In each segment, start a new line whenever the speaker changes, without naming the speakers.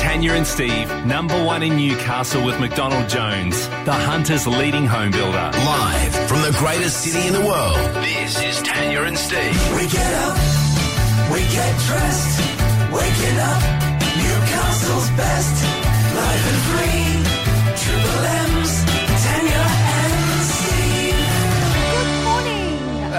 Tanya and Steve, number one in Newcastle with McDonald Jones, the Hunter's leading home builder.
Live from the greatest city in the world, this is Tanya and Steve.
We get up, we get dressed, waking up, Newcastle's best, live and free, Triple M's,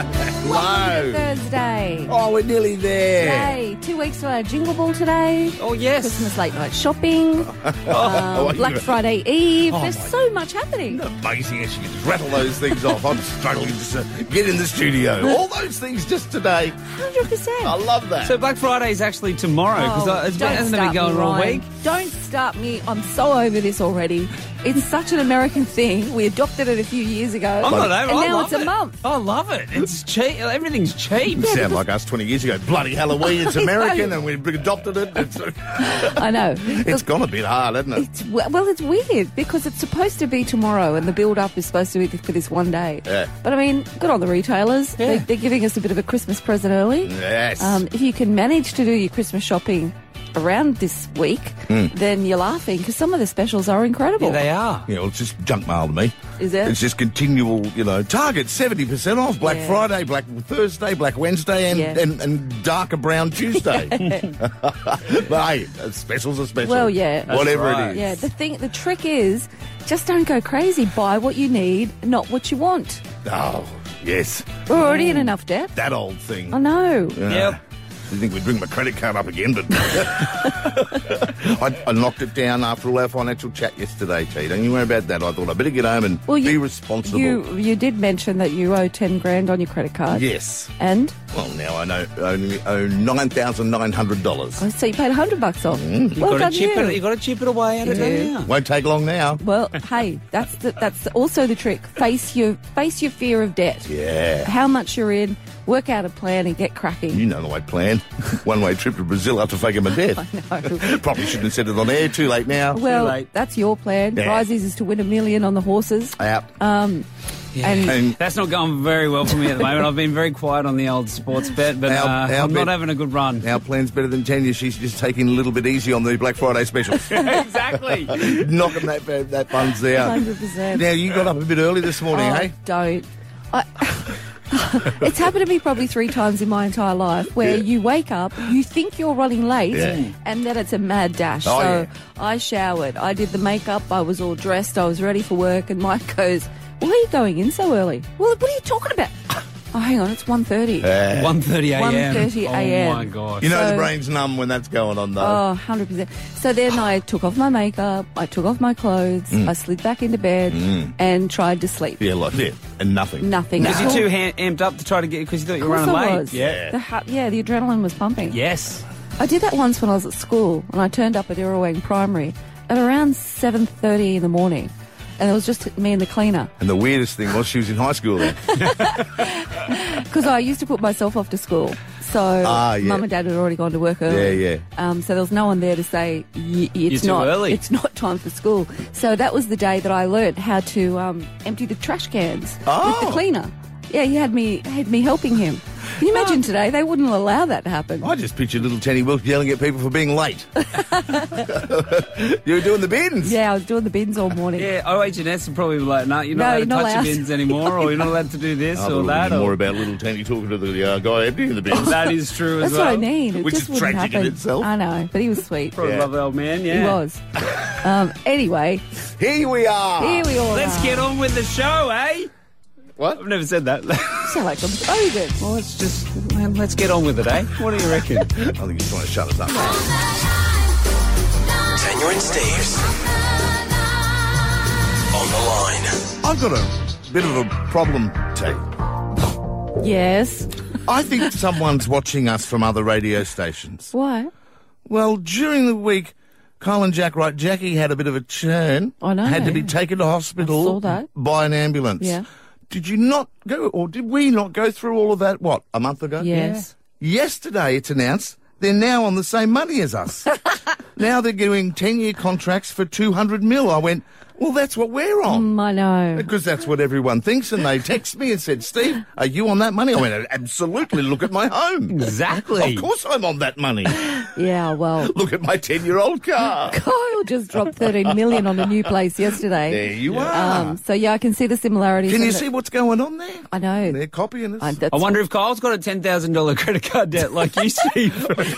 Tanya and Steve.
Good morning. Welcome to Thursday.
Oh, we're nearly there.
Hey, two weeks to our Jingle Ball today.
Oh, yes.
Christmas late night shopping,
Oh,
um, Black
you-
Friday Eve.
Oh,
There's
my-
so much happening.
Amazing as you can just rattle those things off. I'm struggling just to get in the studio. All those things just today.
100%.
I love that.
So Black Friday is actually tomorrow because
Oh,
it's
don't
been, uh, hasn't it been
start
going
me,
on all
Ryan.
week.
Don't start me. I'm so over this already. It's such an American thing. We adopted it a few years ago.
I'm not over.
And
I
now
love
it's
it.
a month.
I love it. It's cheap. Everything's cheap.
You sound like us 20 years ago. Bloody Halloween, it's American and we've adopted it. It's,
I know.
it's gone a bit hard, hasn't it?
It's, well, it's weird because it's supposed to be tomorrow, and the build-up is supposed to be for this one day.
Yeah.
But I mean, good on the retailers. They,
Yeah.
they're giving us a bit of a Christmas present early.
Yes.
Um, if you can manage to do your Christmas shopping around this week, then you're laughing because some of the specials are incredible.
Hmm. Yeah, they are.
You know, it's just junk mail to me.
Is it?
It's just continual, you know, Target 70% off, Black
Yeah.
Friday, Black Thursday, Black Wednesday, and,
Yeah.
and, and darker brown Tuesday. but hey, a specials are special.
Well, yeah. That's
Whatever
right.
it is.
Yeah, the thing, the trick is, just don't go crazy. Buy what you need, not what you want.
Oh, yes.
We're already
Hmm.
in enough debt.
That old thing.
I know.
Uh,
Yep.
Didn't think we'd bring my credit card up again, but I, I knocked it down after all our financial chat yesterday, T. Don't you worry about that. I thought I'd better get home and
Well, you,
be responsible.
You you did mention that you owe ten grand on your credit card.
Yes.
And
Well, now I know only owe nine thousand nine hundred dollars.
oh, so you paid hundred bucks off. Well
got
done
to chip
you.
it. You got to chip it away at it
Yeah.
now.
Won't take long now.
Well, hey, that's the, that's also the trick. Face your face your fear of debt.
Yeah.
How much you're in, work out a plan and get cracking.
You know the way plan. One way trip to Brazil after faking my death.
I know.
Probably shouldn't have said it on air. Too late now.
well,
late.
that's your plan.
Yeah.
Prizes is to win a million on the horses.
Out.
Um, and
and
That's not going very well for me at the moment. I've been very quiet on the old sports bet, but
Our-
uh,
our
I'm
bet-
not having a good run.
our plan's better than Tanya. She's just taking a little bit easy on the Black Friday specials.
exactly.
knocking that that buns out.
100%.
Now you got up a bit early this morning,
Oh,
hey?
Don't. I, it's happened to me probably three times in my entire life where
Yeah.
you wake up, you think you're running late,
Yeah.
and then it's a mad dash.
Oh,
so
yeah.
I showered, I did the makeup, I was all dressed, I was ready for work, and Mike goes, "Why are you going in so early?" Well, what are you talking about? Oh, hang on, it's 1.30.
1.30 a.m.
1:30
Oh, my
a.m..
God.
You know the
So-
brain's numb when that's going on, though.
Oh, 100%. So then I took off my makeup, I took off my clothes, I slid back into bed and tried to sleep.
Mm. Yeah, like yeah, and nothing.
Nothing.
Because
at
you're
all.
too ham- amped up to try to get because you thought you
Of
were
course
running
I
late.
was.
Yeah.
The ha- yeah, the adrenaline was pumping.
Yes.
I did that once when I was at school, and I turned up at Irrawang Primary at around seven thirty in the morning, and it was just me and the cleaner
And the weirdest thing was she was in high school then.
because I used to put myself off to school, so
Ah, yeah.
mum and dad had already gone to work early.
Yeah, yeah.
Um, so there was no one there to say y- it's
too
not
early."
it's not time for school. So that was the day that I learnt how to um, empty the trash cans with
Oh.
the cleaner. Yeah, he had me had me helping him. Can you
Ah.
imagine today? They wouldn't allow that to happen.
I just pictured little Tanny Wilkes yelling at people for being late. you were doing the bins.
Yeah, I was doing the bins all morning.
Yeah, OH&S would probably be like, no, you're not
No,
allowed
you're
to
not
touch
allowed.
your bins anymore, or you're not allowed to do this
I thought it
or
was
that.
more
Or,
about little Tanny talking to the uh, guy emptying the bins.
that is true as
That's
well.
what I mean. It
Which
just
is
wouldn't
tragic in
happen.
itself.
I know, but he was sweet.
Probably
Yeah.
lovely old man, yeah.
He was. Um, anyway,
Here we are.
here we all
Let's
are.
get on with the show, eh?
What?
I've never said that. well,
Sound like a bogan.
let's just man, let's get on with it, eh? What do you reckon?
I think he's trying to shut us up.
Tanya and Steve's on the line.
I've got a bit of a problem, T.
Yes.
I think someone's watching us from other radio stations.
Why?
Well, during the week, Colin Jack Wright Jackie had a bit of a churn.
I know.
Had to be taken to hospital
I saw that.
by an ambulance.
Yeah.
Did you not go, or did we not go through all of that, what, a month ago?
Yes.
Yesterday, it's announced they're now on the same money as us. now they're doing 10 year contracts for 200 mil. I went, Well, that's what we're on.
Mm, I know.
Because that's what everyone thinks, and they text me and said, "Steve, are you on that money?" I went, "Absolutely. Look at my home.
Exactly.
Of course, I'm on that money.
Yeah, well,
Look at my ten-year-old car.
Kyle just dropped 13 million on a new place
There
yesterday.
you are.
Um, so, yeah, I can see the similarities.
Can
in
you
it.
see what's going on there?
I know.
They're copying us.
I- that's-
I wonder if Kyle's got a ten thousand dollar credit card debt like you see.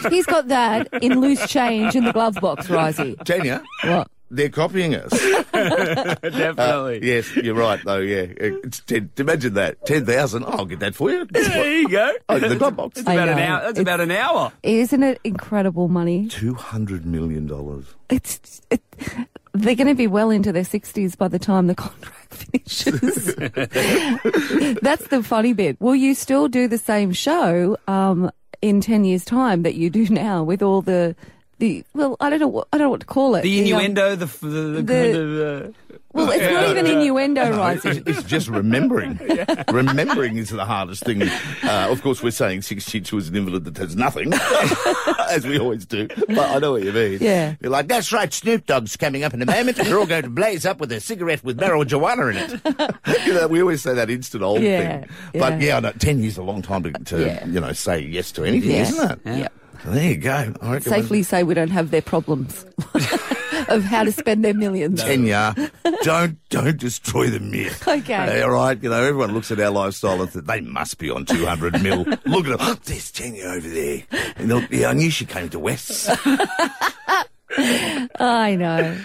He's got that in loose change in the glove box, Risey.
Tanya,
What?
they're copying us.
Definitely.
yes, you're right, though, yeah. Uh, It's 10, imagine that. 10,000. Oh, I'll get that for you.
There you go.
Oh, the glove box.
It's about an
know.
hour. That's
It's-
about an hour.
Isn't it incredible money?
$200 million.
It's it, They're going to be well into their 60s by the time the contract finishes. That's the funny bit. Will you still do the same show um, in 10 years' time that you do now with all the. The, well, I don't know. What, I don't know what to call it.
The
um,
innuendo, the f- the, the, kind of, uh,
well, it's not even innuendo, right?
It's, it's just remembering. Remembering is the hardest thing. Uh, of course, we're saying 62 is an invalid that has nothing, as we always do. But I know what you mean.
Yeah.
You're like, that's right, Snoop Dogg's coming up in a moment, and they're all going to blaze up with a cigarette with marijuana in it. you know, we always say that instant old
Yeah,
thing. But
yeah.
yeah, I know, 10 years is a long time to, to
Yeah.
you know, say yes to anything,
Yeah.
isn't it?
Yeah.
So there you go. I reckon
Safely say we don't have their problems of how to spend their millions.
Kenya, don't don't destroy the myth.
Okay.
All right, you know everyone looks at our lifestyle and says they must be on two hundred mil. Look at them. There's Kenya over there. And they'll- yeah, I knew she came to West.
I know.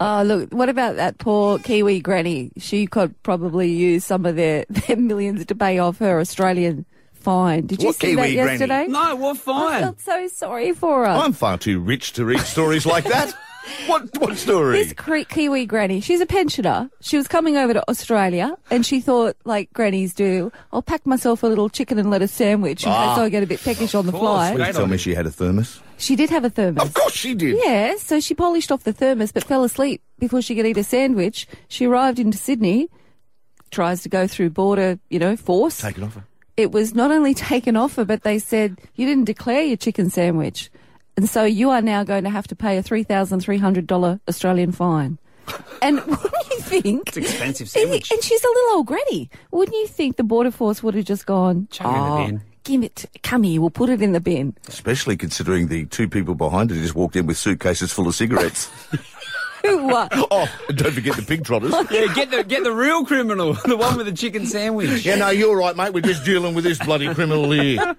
oh, look, what about that poor Kiwi granny? She could probably use some of their, their millions to pay off her Australian fine. Did you
What
see
Kiwi
that
granny?
yesterday?
no, what
I
fine?
felt so sorry for her.
I'm far too rich to read stories like that. What what story?
This cre- Kiwi granny, she's a pensioner. She was coming over to Australia and she thought, like grannies do, I'll pack myself a little chicken and lettuce sandwich in
Ah,
case I get a bit peckish on the
course,
fly.
we-
Please tell me she had a thermos.
She did have a thermos.
Of course she did.
Yeah, so she polished off the thermos but fell asleep before she could eat a sandwich. She arrived into Sydney, tries to go through border, you know, force.
Take it off her.
It was not only taken off her, but they said, you didn't declare your chicken sandwich. And so you are now going to have to pay a $3,300 Australian fine. And wouldn't you think? It's
expensive sandwich.
And she's a little old granny. Wouldn't you think the border force would have just gone,
Chuck it in the
"Oh,
bin."
give it, come here, we'll put it in the bin.
Especially considering the two people behind her just walked in with suitcases full of cigarettes.
Who, uh, what?
oh, and don't forget the pig trotters.
Yeah, get the get the real criminal, the one with the chicken sandwich.
Yeah, no, you're right, mate. We're just dealing with this bloody criminal here.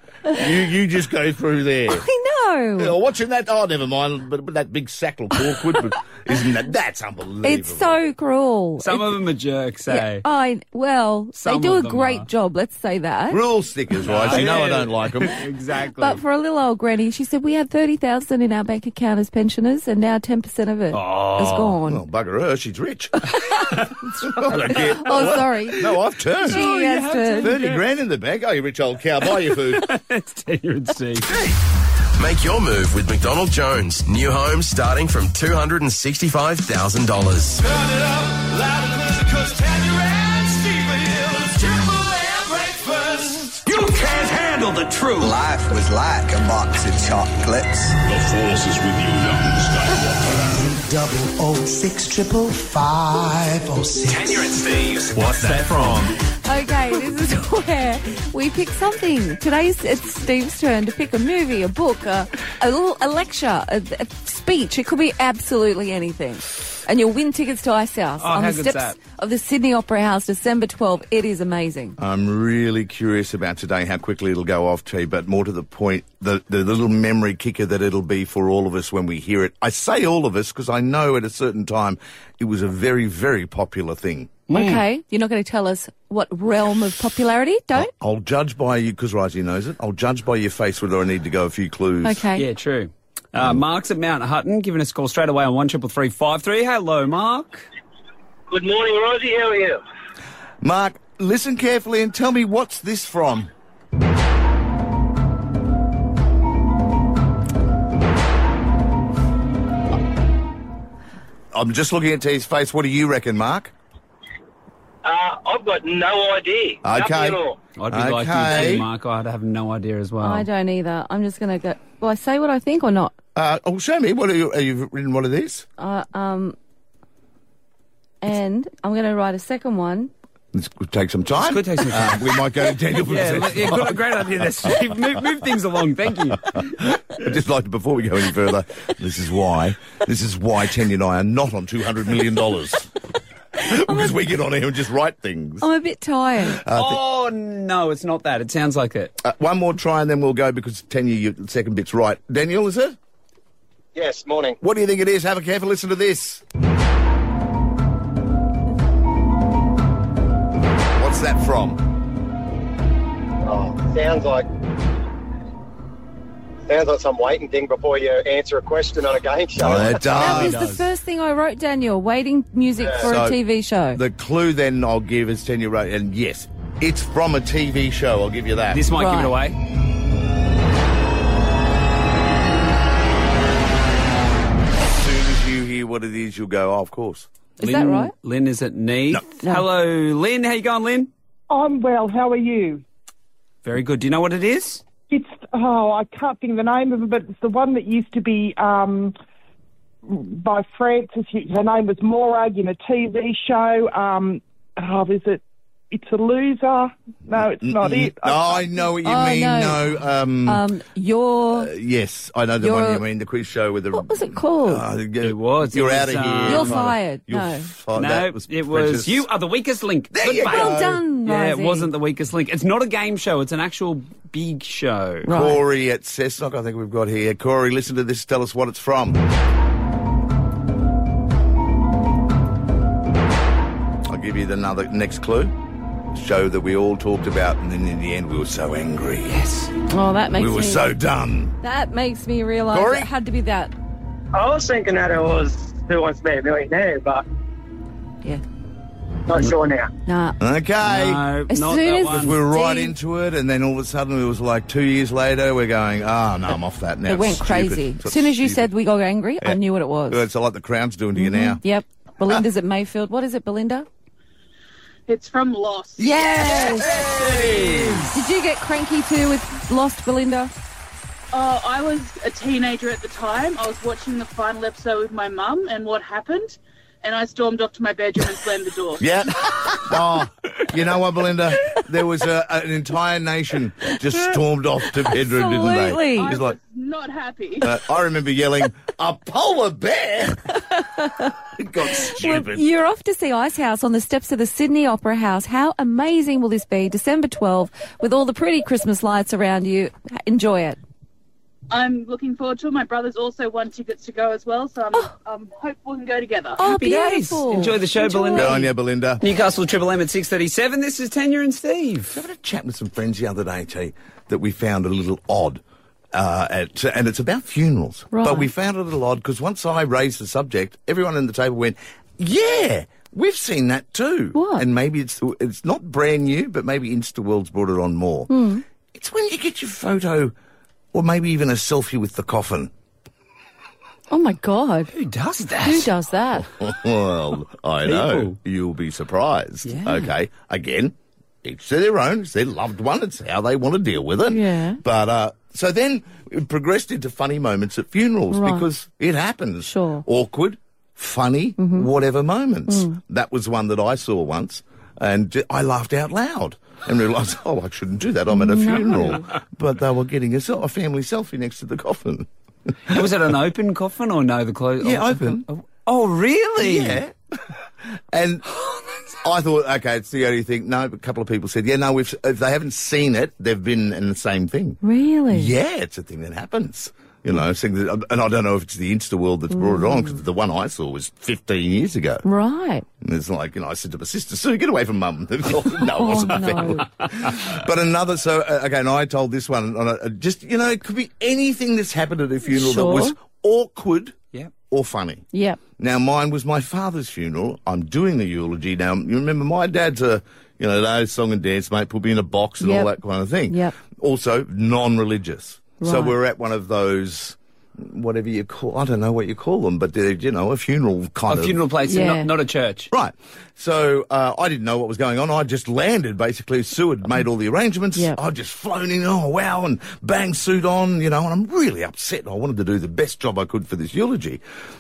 You you just go through there.
I know.
Yeah, watching that, oh, never mind. But, but that big sack looked awkward. But isn't that that's unbelievable?
It's so cruel.
Some of them are jerks, eh?
I well,
Some
they do a
of them
great
are.
job. Let's say that.
rule stickers, right? you know I don't like them.
eh? exactly.
But for a little old granny, she said we have thirty thousand in our bank account as pensioners, and now ten percent of it
Oh.
is gone.
Well, bugger her, she's rich. I don't care.
Oh, sorry.
No, I've turned.
She has to-
Thirty grand in the bank. Oh, you rich old cow, buy your food.
it's Tanya and Steve.
Make your move with McDonald Jones. New home starting from $265,000.
Turn it up loud and clear, 'cause Tanya and Steve are here. It's Triple M breakfast. You can't handle the truth.
Life was like a box of chocolates.
The force is with you, young Skywalker.
Double O six triple five O six.
Tanya and Steve's
What's that from?
Okay, this is where we pick something. Today's it's Steve's turn to pick a movie, a book, a, a little a lecture, a, a speech. It could be absolutely anything. And you'll win tickets to Ice House
Oh,
on
how
the
good's
steps
that?
of the Sydney Opera House, December 12th. It is amazing.
I'm really curious about today, how quickly it'll go off, T. But more to the point, the, the little memory kicker that it'll be for all of us when we hear it. I say all of us because I know at a certain time it was a very, very popular thing.
Okay, you're not going to tell us what realm of popularity?
Oh,
Don't.
I'll judge by you because Raji knows it. I'll judge by your face whether I need to go a few clues.
Okay.
Yeah, true. Uh, Mark's at Mount Hutton, giving us a call straight away on one triple three five three. Hello, Mark.
Good morning, Rosie. How are you?
Mark, listen carefully and tell me what's this from. I'm just looking at T's face. What do you reckon, Mark?
Uh, I've got no idea. Nothing
Okay.
at all.
I'd be like you
Okay.
too, Mark. I'd have no idea as well.
I
um,
don't either. I'm just going to go. Will I say what I think or not?
Uh, oh, show me. What are you? Are you written one of these?
Um, and I'm going to write a second one.
This could take some time.
could take some time.
Uh, we might go to Daniel for
Yeah,
the
le-
second
yeah
time.
good, great idea there, Steve. Move, move things along. Thank you.
I'd just like to, before we go any further, this is why. This is why Tanya and I are not on $200 million. because we get on here and just write things.
I'm a bit tired.
Oh, no, it's not that. It sounds like it.
Uh, one more try and then we'll go because Tanya, your second bit's right. Daniel, is it?
Yes, morning.
What do you think it is? Have a careful listen to this. What's that from?
Oh, sounds like sounds like some waiting thing before you answer a question on a game show.
it
that
does.
was the first thing I wrote, Daniel. Waiting music for
So,
a TV show.
The clue then I'll give is Tanya right, and yes, it's from a TV show. I'll give you that.
This might give it
Right.
away.
as soon as you hear what it is, you'll go, oh, of course.
Is that right?
Lynn is at Neath.
No.
Hello, Lynn. How you going, Lynn?
I'm well. How are you?
Very good. Do you know what it is?
It's oh, I can't think of the name of it, but it's the one that used to be um, by Frances. Her name was Morag in a TV show. Um, oh, is it? It's a loser. No, it's not it.
No, I know what you
Oh,
mean. No,
no.
um,
um, your
yes, I know the one
you're-
you mean. The quiz show with the.
what was it called?
it
was, it
You're
was,
out of
uh,
here.
You're
Mother.
fired.
You're
No.
fi-
no,
Oh, that was
it
precious.
was. You uh, are the weakest link.
There you
Goodbye.
go.
well done,
Yeah, it
Rosie.
wasn't the weakest link. It's not a game show. It's an actual big show.
Right.
Corey at Cessnock, I think we've got here. Corey, listen to this. Tell us what it's from. I'll give you another next clue. Show that we all talked about, and then in the end, we were so angry. Yes,
Oh, that makes
Uh, we were
me.
so done.
that makes me realise
Corey?
it had to be that.
I was thinking that it was Who Wants to Be a Millionaire, but
Yeah.
not sure now.
Nah.
Okay,
No,
As
not
soon
that
as-
one.
we're right
See?
into it, and then all of a sudden, it was like two years later. We're going, ah, no, I'm off that now.
It went
It's stupid.
crazy.
It's
As soon as you
stupid.
said Mm-hmm. we got angry, I knew what it was.
it's like the crown's doing to you now.
Yep. Belinda's at Mayfield. What is it, Belinda?
It's from Lost.
Yes. Did you get cranky too with Lost Belinda?
Uh, I was a teenager at the time. I was watching the final episode with my mum, and what happened? And I stormed off to my bedroom and slammed the door.
Yeah. Oh, you know what, Belinda? There was a, an entire nation just stormed off to bedroom, didn't they?
Absolutely.
I
It's
was
like,
not happy.
uh, I remember yelling, a polar bear? it got stupid.
You're off to see Ice House on the steps of the Sydney Opera House. How amazing will this be? December 12th, with all the pretty Christmas lights around you. Enjoy it.
I'm looking forward to it. My brother's also won tickets to go as well, so I'm, I'm hopeful we can go together.
Oh,
Happy days.
beautiful.
Enjoy the show, Belinda.
Good on you, Belinda.
Newcastle Triple M at 6.37. This is Tanya and Steve.
I had a chat with some friends the other day, T, that we found a little odd. Uh, at, and it's about funerals.
Right.
But we found it a little odd because once I raised the subject, everyone in the table went, yeah, we've seen that too.
What?
And maybe it's, it's not brand new, but maybe InstaWorld's brought it on more.
Hmm.
It's when you get your photo or maybe even a selfie with the coffin.
Oh, my God.
Who does that?
Who does that?
well, I know.
People.
You'll be surprised.
Yeah.
Okay. Again, each to their own. It's their loved one. It's how they want to deal with it.
Yeah.
But, uh, so then it progressed into funny moments at funerals
Right.
because it happens.
Sure. Mm-hmm. Mm.
Awkward, funny, whatever moments. That was one that I saw once and j- I laughed out loud. And realised, oh, I shouldn't do that. I'm at a funeral. But they were getting a, sel- a family selfie next to the coffin.
Was it an open coffin or no? The closed?
Yeah, open.
Oh, really?
Yeah. and
Oh,
I thought, okay, it's the only thing. No, a couple of people said, yeah, no, we've, if they haven't seen it, they've been in the same thing.
Really?
Yeah, it's a thing that happens. You know, it's thing that, and I don't know if it's the Insta world that's brought it on because the one I saw was 15 years ago.
Right.
And it's like, you know, I said to my sister, Sue, get away from mum. no, it wasn't
Oh,
the
no.
family. but another, so uh, again, I told this one, on a, a- just, you know, it could be anything that's happened at a funeral
Sure.
that was awkward
Yep.
or funny.
Yep.
Now, mine was my father's funeral. I'm doing the eulogy. Now, you remember my dad's a, you know, those song and dance, mate, put me in a box and all
Yep.
that kind of thing.
Yep.
Also, non religious. So
Right.
we're at one of those whatever you call, I don't know what you call them, but they're, you know, a funeral kind
a
of.
funeral place, and not, not a church.
Right. So uh, I didn't know what was going on. I just landed, basically. Sue had made all the arrangements. I'd just flown in, oh, wow, and bang suit on, you know, and I'm really upset. I wanted to do the best job I could for this eulogy.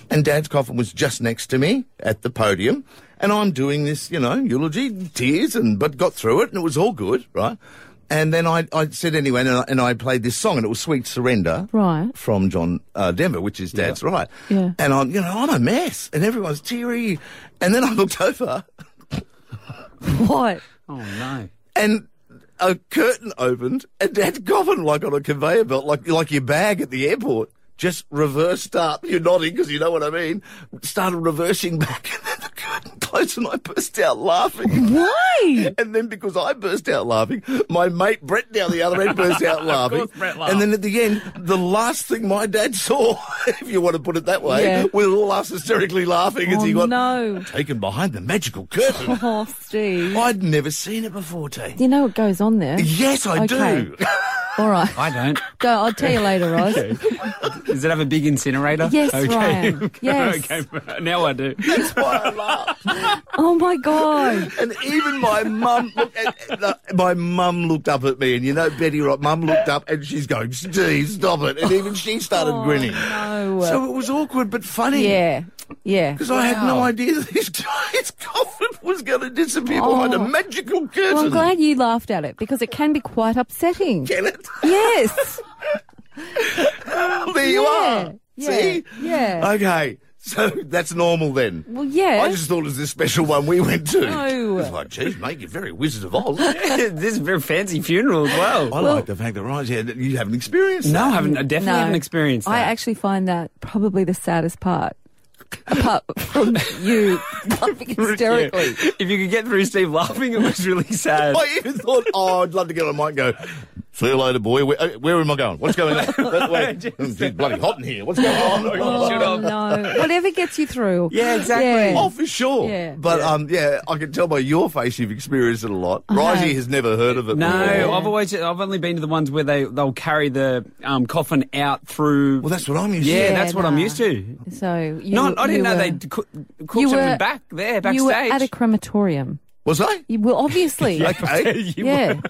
And Dad's coffin was just next to me at the podium. And I'm doing this, you know, eulogy, tears, and but got through it, and it was all good, right? And then I, I said anyway, and I, and I played this song, and it was "Sweet Surrender"
Right.
from John uh, Denver, which is Dad's right.
Yeah.
And I'm, you know, I'm a mess, and everyone's teary. And then I looked over,
What?
Oh no.
and a curtain opened, and Dad's coffin, like on a conveyor belt, like like your bag at the airport, just reversed up. You're nodding because you know what I mean. Started reversing back, and then the curtain closed, and I burst out laughing.
Why?
And then because I burst out laughing, my mate Brett down the other end burst out laughing.
course Brett laughed.
and then at the end, the last thing my dad saw, if you want to put it that way,
Yeah.
we were all us hysterically laughing as
Oh,
he got
no.
taken behind the magical curtain.
Oh, Steve.
I'd never seen it before, T.
You know what goes on there?
Yes, I
Okay.
do.
All right.
I don't.
Go, I'll tell you later, Roz.
Does it have a big incinerator?
Yes, Ryan. Yes.
okay. Now I do.
That's why I laughed.
Oh my god.
And even my mum, looked at- at the- my mum looked up at me, and you know Betty, right? Mum looked up, and she's going, "Steve, stop it!" And even she started
Oh,
grinning.
no.
So it was awkward but funny.
Yeah. Yeah.
Because I had no idea that his, his coffin was going to disappear behind a
Oh.
magical curtain.
Well, I'm glad you laughed at it because it can be quite upsetting.
Get it?
Yes.
there you
Yeah,
are.
yeah,
See?
yeah.
Okay. So that's normal then.
Well, yeah.
I just thought it was this special one we went to.
No.
It's like, geez, mate, you're very Wizard of Oz.
this is a very fancy funeral as well.
I like the fact that Ryan's here that you haven't experienced
No,
that.
I haven't. I definitely
No.
haven't experienced that.
I actually find that probably the saddest part. Apart from you laughing hysterically.
Yeah. If you could get through Steve laughing, it was really sad.
I even thought, oh, I'd love to get on a mic and go, see you later, boy. Where, uh, where am I going? What's going on? That way. It's bloody hot in here. What's going on?
Oh, no. Whatever gets you through.
Yeah, exactly.
Oh, for sure.
Yeah.
But um, yeah, I can tell by your face you've experienced it a lot.
I have.
Raji has never heard of it.
No,
before.
I've always I've only been to the ones where they they'll carry the um, coffin out through.
Well, that's what I'm used
yeah,
to.
Yeah,
that's what I'm
nah.
used to.
So you,
Not, I didn't
you
know
were-
they d- cook, cooked
you
them
were-
back there backstage.
You were at a crematorium.
Was I?
You, well, obviously. yeah.
Okay.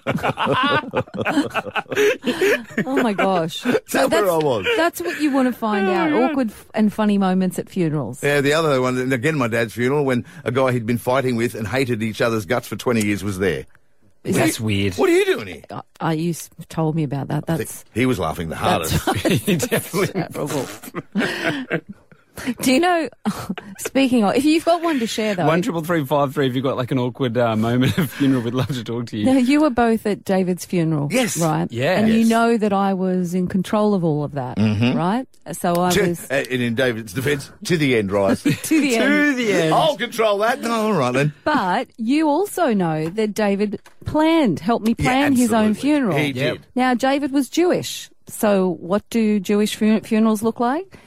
oh my gosh. So
that where I was?
That's what you want to find out. Awkward f- and funny moments at funerals.
Yeah, the other one, and again, my dad's funeral, when a guy he'd been fighting with and hated each other's guts for 20 years was there.
that's weird.
What are you doing here?
Uh, uh, you s- told me about that. That's
He was laughing the hardest.
You definitely.
Do you know? Speaking of, if you've got one to share though,
One triple three five three. If you've got like an awkward uh, moment of funeral, we'd love to talk to you.
now you were both at David's funeral,
Yes.
right?
Yeah.
and you
Yes.
know that I was in control of all of that, right? So I
To-
was
and in David's defence, to the end, Rise.
to the end.
To the end.
Oh,
I'll control that. No, all right then.
But you also know that David planned, helped me plan his own
absolutely.
funeral.
He did.
Now David was Jewish, so what do Jewish fu- funerals look like?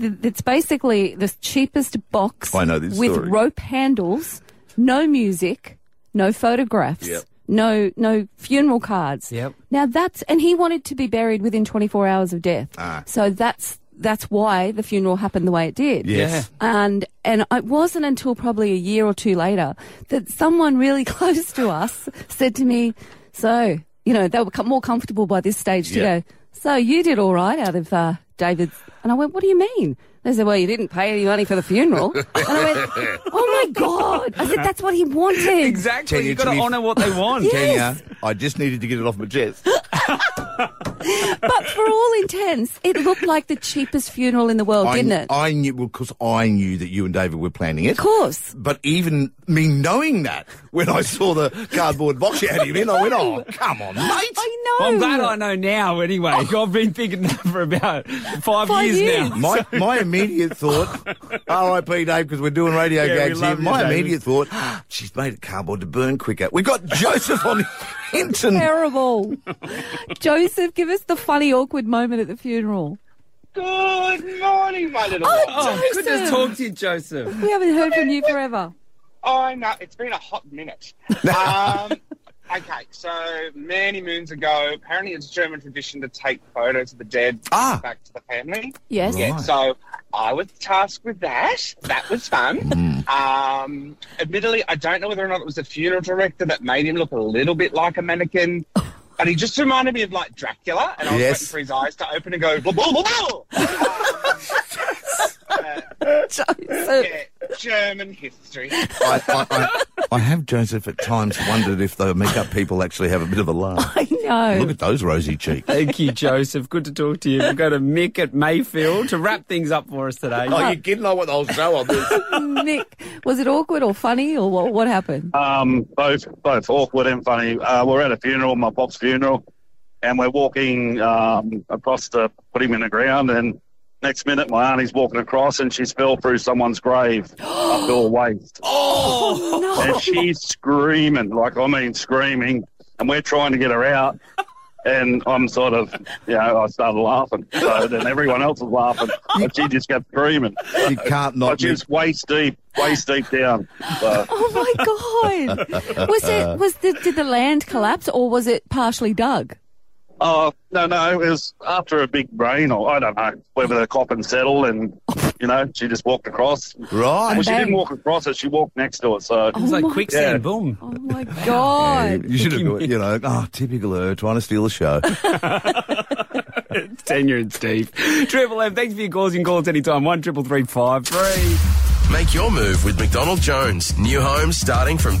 Th- It's basically the cheapest box
I know this
with
story.
rope handles, no music, no photographs,
Yep.
no no funeral cards.
Yep.
Now that's and he wanted to be buried within 24 hours of death.
Ah.
So that's that's why the funeral happened the way it did
Yes.
and and it wasn't until probably a year or two later that someone really close to us said to me, "So you know they were co- more comfortable by this stage to
Yeah.
go. So you did all right out of uh, David's." And I went, "What do you mean?" They said, "Well, you didn't pay any money for the funeral." and I went, "Oh my god!" I said, "That's what he wanted."
Tell
Exactly.
you
You've
to
got to
be-
honour what they want.
Kenya, I just needed to get it off my chest.
But for all intents, it looked like the cheapest funeral in the world,
I,
didn't it?
I knew, well, because I knew that you and David were planning it.
of course.
But even me knowing that, when I saw the cardboard box you had him in, I went, oh, come on, mate.
I know.
Well, I'm glad I know now anyway. I've been thinking that for about five,
Oh. Five
years,
years.
now.
My, my immediate thought, R.I.P. Dave, because we're doing radio
Yeah, we
gags here.
love you,
My
David.
immediate thought, she's made it cardboard to burn quicker. We got Joseph on Hinton.
Terrible. Joseph, give us the funny, awkward moment at the funeral.
Good morning, my little
Oh,
one.
Oh, good to
Joseph.
talk to you, Joseph.
We haven't heard from you forever.
Oh, no, it's been a hot minute. um,
Okay, so many moons ago, apparently it's German tradition to take photos of the dead back to the family.
Yes.
Yeah,
Right.
so I was tasked with that. That was fun. um, admittedly, I don't know whether or not it was the funeral director that made him look a little bit like a mannequin, but he just reminded me of like Dracula, and I was
Yes.
waiting for his eyes to open and go blah blah blah. blah. Yeah, German history.
I, I, I, I have, Joseph, at times wondered if the makeup people actually have a bit of a laugh.
I know.
Look at those rosy cheeks.
Thank you, Joseph. Good to talk to you. We'll go to Mick at Mayfield to wrap things up for us today.
Oh, you're
kidding? I want the whole show on this.
Nick, was it awkward or funny or what, what happened?
Um, both both awkward and funny. Uh, we're at a funeral, my pop's funeral, and we're walking um, across to put him in the ground. And next minute, my auntie's walking across, and she's fell through someone's grave up to her waist,
Oh,
and she's screaming like I mean screaming, and we're trying to get her out. And I'm sort of, you know, I started laughing. So then everyone else was laughing, but she just kept screaming.
You can't not.
But she was waist deep, waist deep down. So.
Oh my god! Was it was the, did the land collapse or was it partially dug?
Oh no, no! It was after a big rain, or I don't know whether the coffin settled, and you know she just walked across.
Right.
Well, she
Bang.
didn't walk across it; she walked next to it. So
was like Oh my- quicksand,
Boom.
Oh my
Yeah,
god!
you should have, gone, you know, oh, typical her, trying to steal the show.
Tenure and Steve. Triple M, thanks for your calls. You can call us anytime. One triple three five three.
Make your move with McDonald Jones. New homes starting from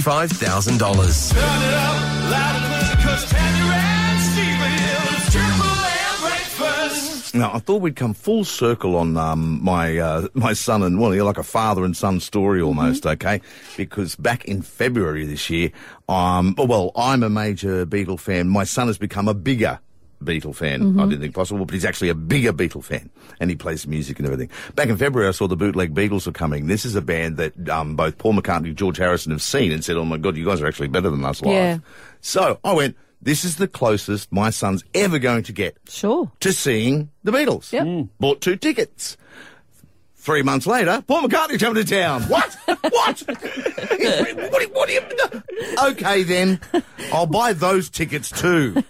$265,000.
Turn it up loud and clear, 'cause Tanya and Steve are here. It's Triple M breakfast.
Now, I thought we'd come full circle on um, my uh, my son and well, you're like a father and son story almost, okay? Because back in February this year, um, well, I'm a major Beatle fan. My son has become a bigger Beatle fan. I didn't think possible, but he's actually a bigger Beatle fan, and he plays music and everything. Back in February, I saw the bootleg Beatles were coming. This is a band that um, both Paul McCartney and George Harrison have seen and said, "Oh my God, you guys are actually better than us live."
Yeah.
So I went. This is the closest my son's ever going to get
sure
to seeing the Beatles. Yep.
Hmm.
Bought two tickets. Three months later, Paul McCartney coming to town. What? what? what, do you, what do you- Okay, then. I'll buy those tickets too.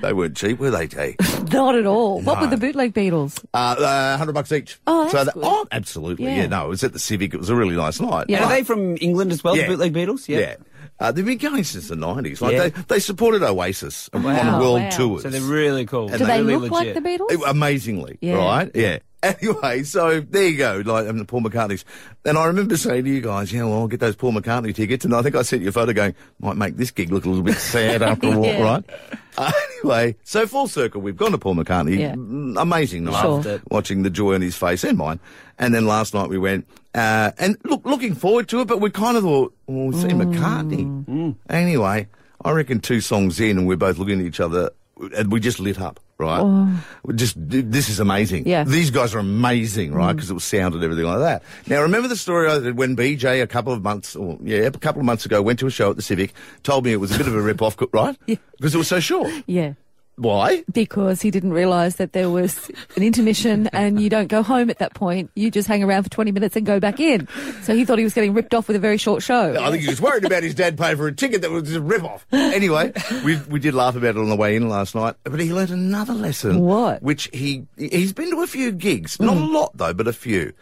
they weren't cheap, were they, Jay?
Not at all. What
No.
were the bootleg Beatles?
Uh, uh, 100 bucks each.
Oh, that's
so that,
good.
Oh, absolutely. Yeah.
Yeah.
no, it was at the Civic. It was a really nice night.
And are they from England as well,
Yeah.
the bootleg Beatles? Yeah.
Uh, they've been going since the 90s. Like
Yeah.
they, they supported Oasis
Wow.
on world
Wow.
tours.
So they're really cool.
And
Do they
really
look like the Beatles?
Uh, Amazingly,
Yeah.
right? Yeah. Anyway, so there you go, like um, the Paul McCartney's. And I remember saying to you guys, yeah, well, I'll get those Paul McCartney tickets. And I think I sent you a photo going, might make this gig look a little bit sad after all,
Yeah.
right? Uh, anyway, so full circle, we've gone to Paul McCartney.
Yeah.
Mm, Amazing night.
Loved Sure. it.
Watching the joy on his face and mine. And then last night we went, uh, and look, looking forward to it, but we kind of thought, well, we've seen
Mm.
McCartney. Anyway, I reckon two songs in and we're both looking at each other and we just lit up, right?
Oh.
We Just, this is amazing.
Yeah. Mm.
These guys are amazing, right? Because it was sound and everything like that. Now, remember the story I did when BJ a couple of months, or yeah, a couple of months ago went to a show at the Civic, told me it was a bit of a rip-off, right? Because it was so short.
Yeah.
Why?
Because he didn't realise that there was an intermission and you don't go home at that point. You just hang around for 20 minutes and go back in. So he thought he was getting ripped off with a very short show.
I think he was worried about his dad paying for a ticket that was a rip-off. Anyway, we we did laugh about it on the way in last night, but he learned another lesson. What? Which he he's been to a few gigs, not a lot though, but a few.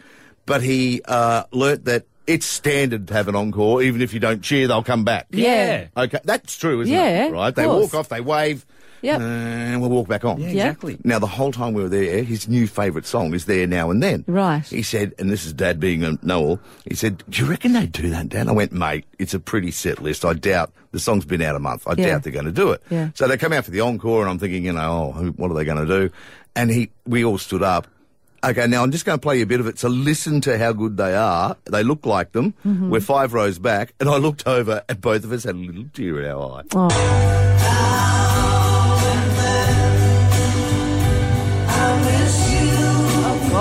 But he uh, learnt that it's standard to have an encore, even if you don't cheer, they'll come back.
Yeah.
Okay, that's true, isn't
Yeah,
it?
of
Right? They
course.
walk off, they wave.
Yep.
And we'll walk back on.
Yeah, exactly.
Now, the whole time we were there, his new favourite song is There Now and Then.
Right.
He said, and this is Dad being a know-all, he said, do you reckon they do that, Dad? I went, mate, it's a pretty set list. I doubt, the song's been out a month. I
Yeah.
doubt they're going to do it.
Yeah.
So they come out for the encore and I'm thinking, you know, oh, who, what are they going to do? And he, we all stood up. Okay, now I'm just going to play you a bit of it. So listen to how good they are. They look like them.
Mm-hmm.
Mhm.
We're five rows back. And I looked over and both of us had a little tear in our eye.
Oh,
Oh God.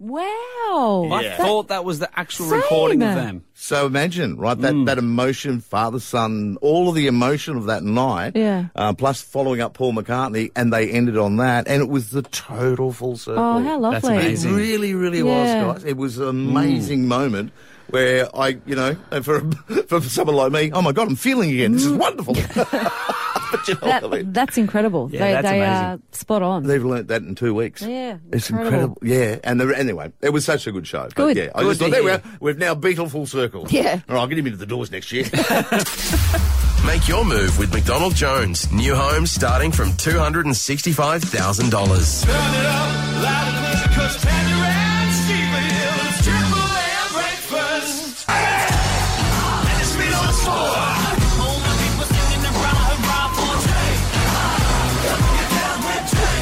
Wow.
I
That's
thought that was the actual recording of them.
So imagine, right? That
Mm.
that emotion, father son, all of the emotion of that night.
Yeah.
Uh, plus following up Paul McCartney, and they ended on that, and it was the total full circle.
Oh, how That's lovely. amazing.
It really, really
Yeah.
was, guys. It was an amazing moment. Where I, you know, and for for someone like me, oh my god, I'm feeling again. This is wonderful. but you know what I mean?
Mm. That, that's incredible.
Yeah,
they
that's
they are
amazing.
spot on.
They've learnt that in two weeks.
Yeah,
It's
incredible.
incredible. Yeah. And the, anyway, it was such a good show. But
Good.
Yeah. I
Good
just
to
thought, there we
hear.
are. We've now beat all full circle.
Yeah.
All right, I'll get him into the doors next year.
Make your move with McDonald Jones. New homes starting from $265,000.
Turn it up loud and clear because Tanya and Steve are here. It's Triple M breakfast. And it's been on the floor. All the people singing the rah, rah, for Jay. Get down with Jay.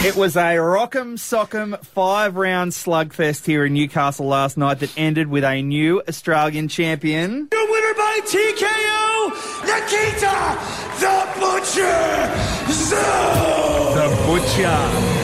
It was a rock'em sock'em five round slugfest here in Newcastle last night that ended with a new Australian champion.
Your winner by TKO, Nikita the Butcher Zoo.
The Butcher.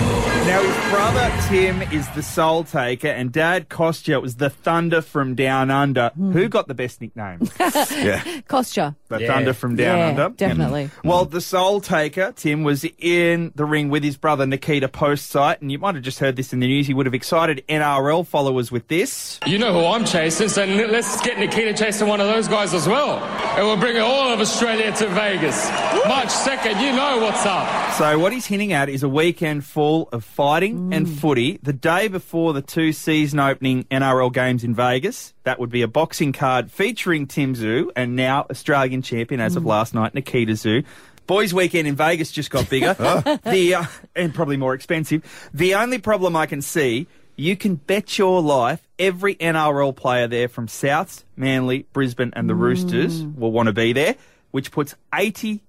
Now, his brother Tim is the soul taker, and dad Kostya was the Thunder from Down Under. Who got the best nickname? Yeah.
Kostya.
The Thunder from Down
Hmm. Yeah,
Under. Mm.
Definitely.
Well, the soul taker, Tim, was in the ring with his brother Nikita post site, and you might have just heard this in the news. He would have excited NRL followers with this.
You know who I'm chasing, so n- let's get Nikita chasing one of those guys as well. And we'll bring all of Australia to Vegas. March 2nd, you know what's up.
So, what he's hinting at is a weekend full of fighting and footy. The day before the two season opening NRL games in Vegas, that would be a boxing card featuring Tim Zoo and now Australian champion as of
Mm.
last night, Nikita Zoo. Boys' weekend in Vegas just got bigger, the uh, and probably more expensive. The only problem I can see, you can bet your life every NRL player there from Souths, Manly, Brisbane, and the Roosters will want to be there, which puts eighty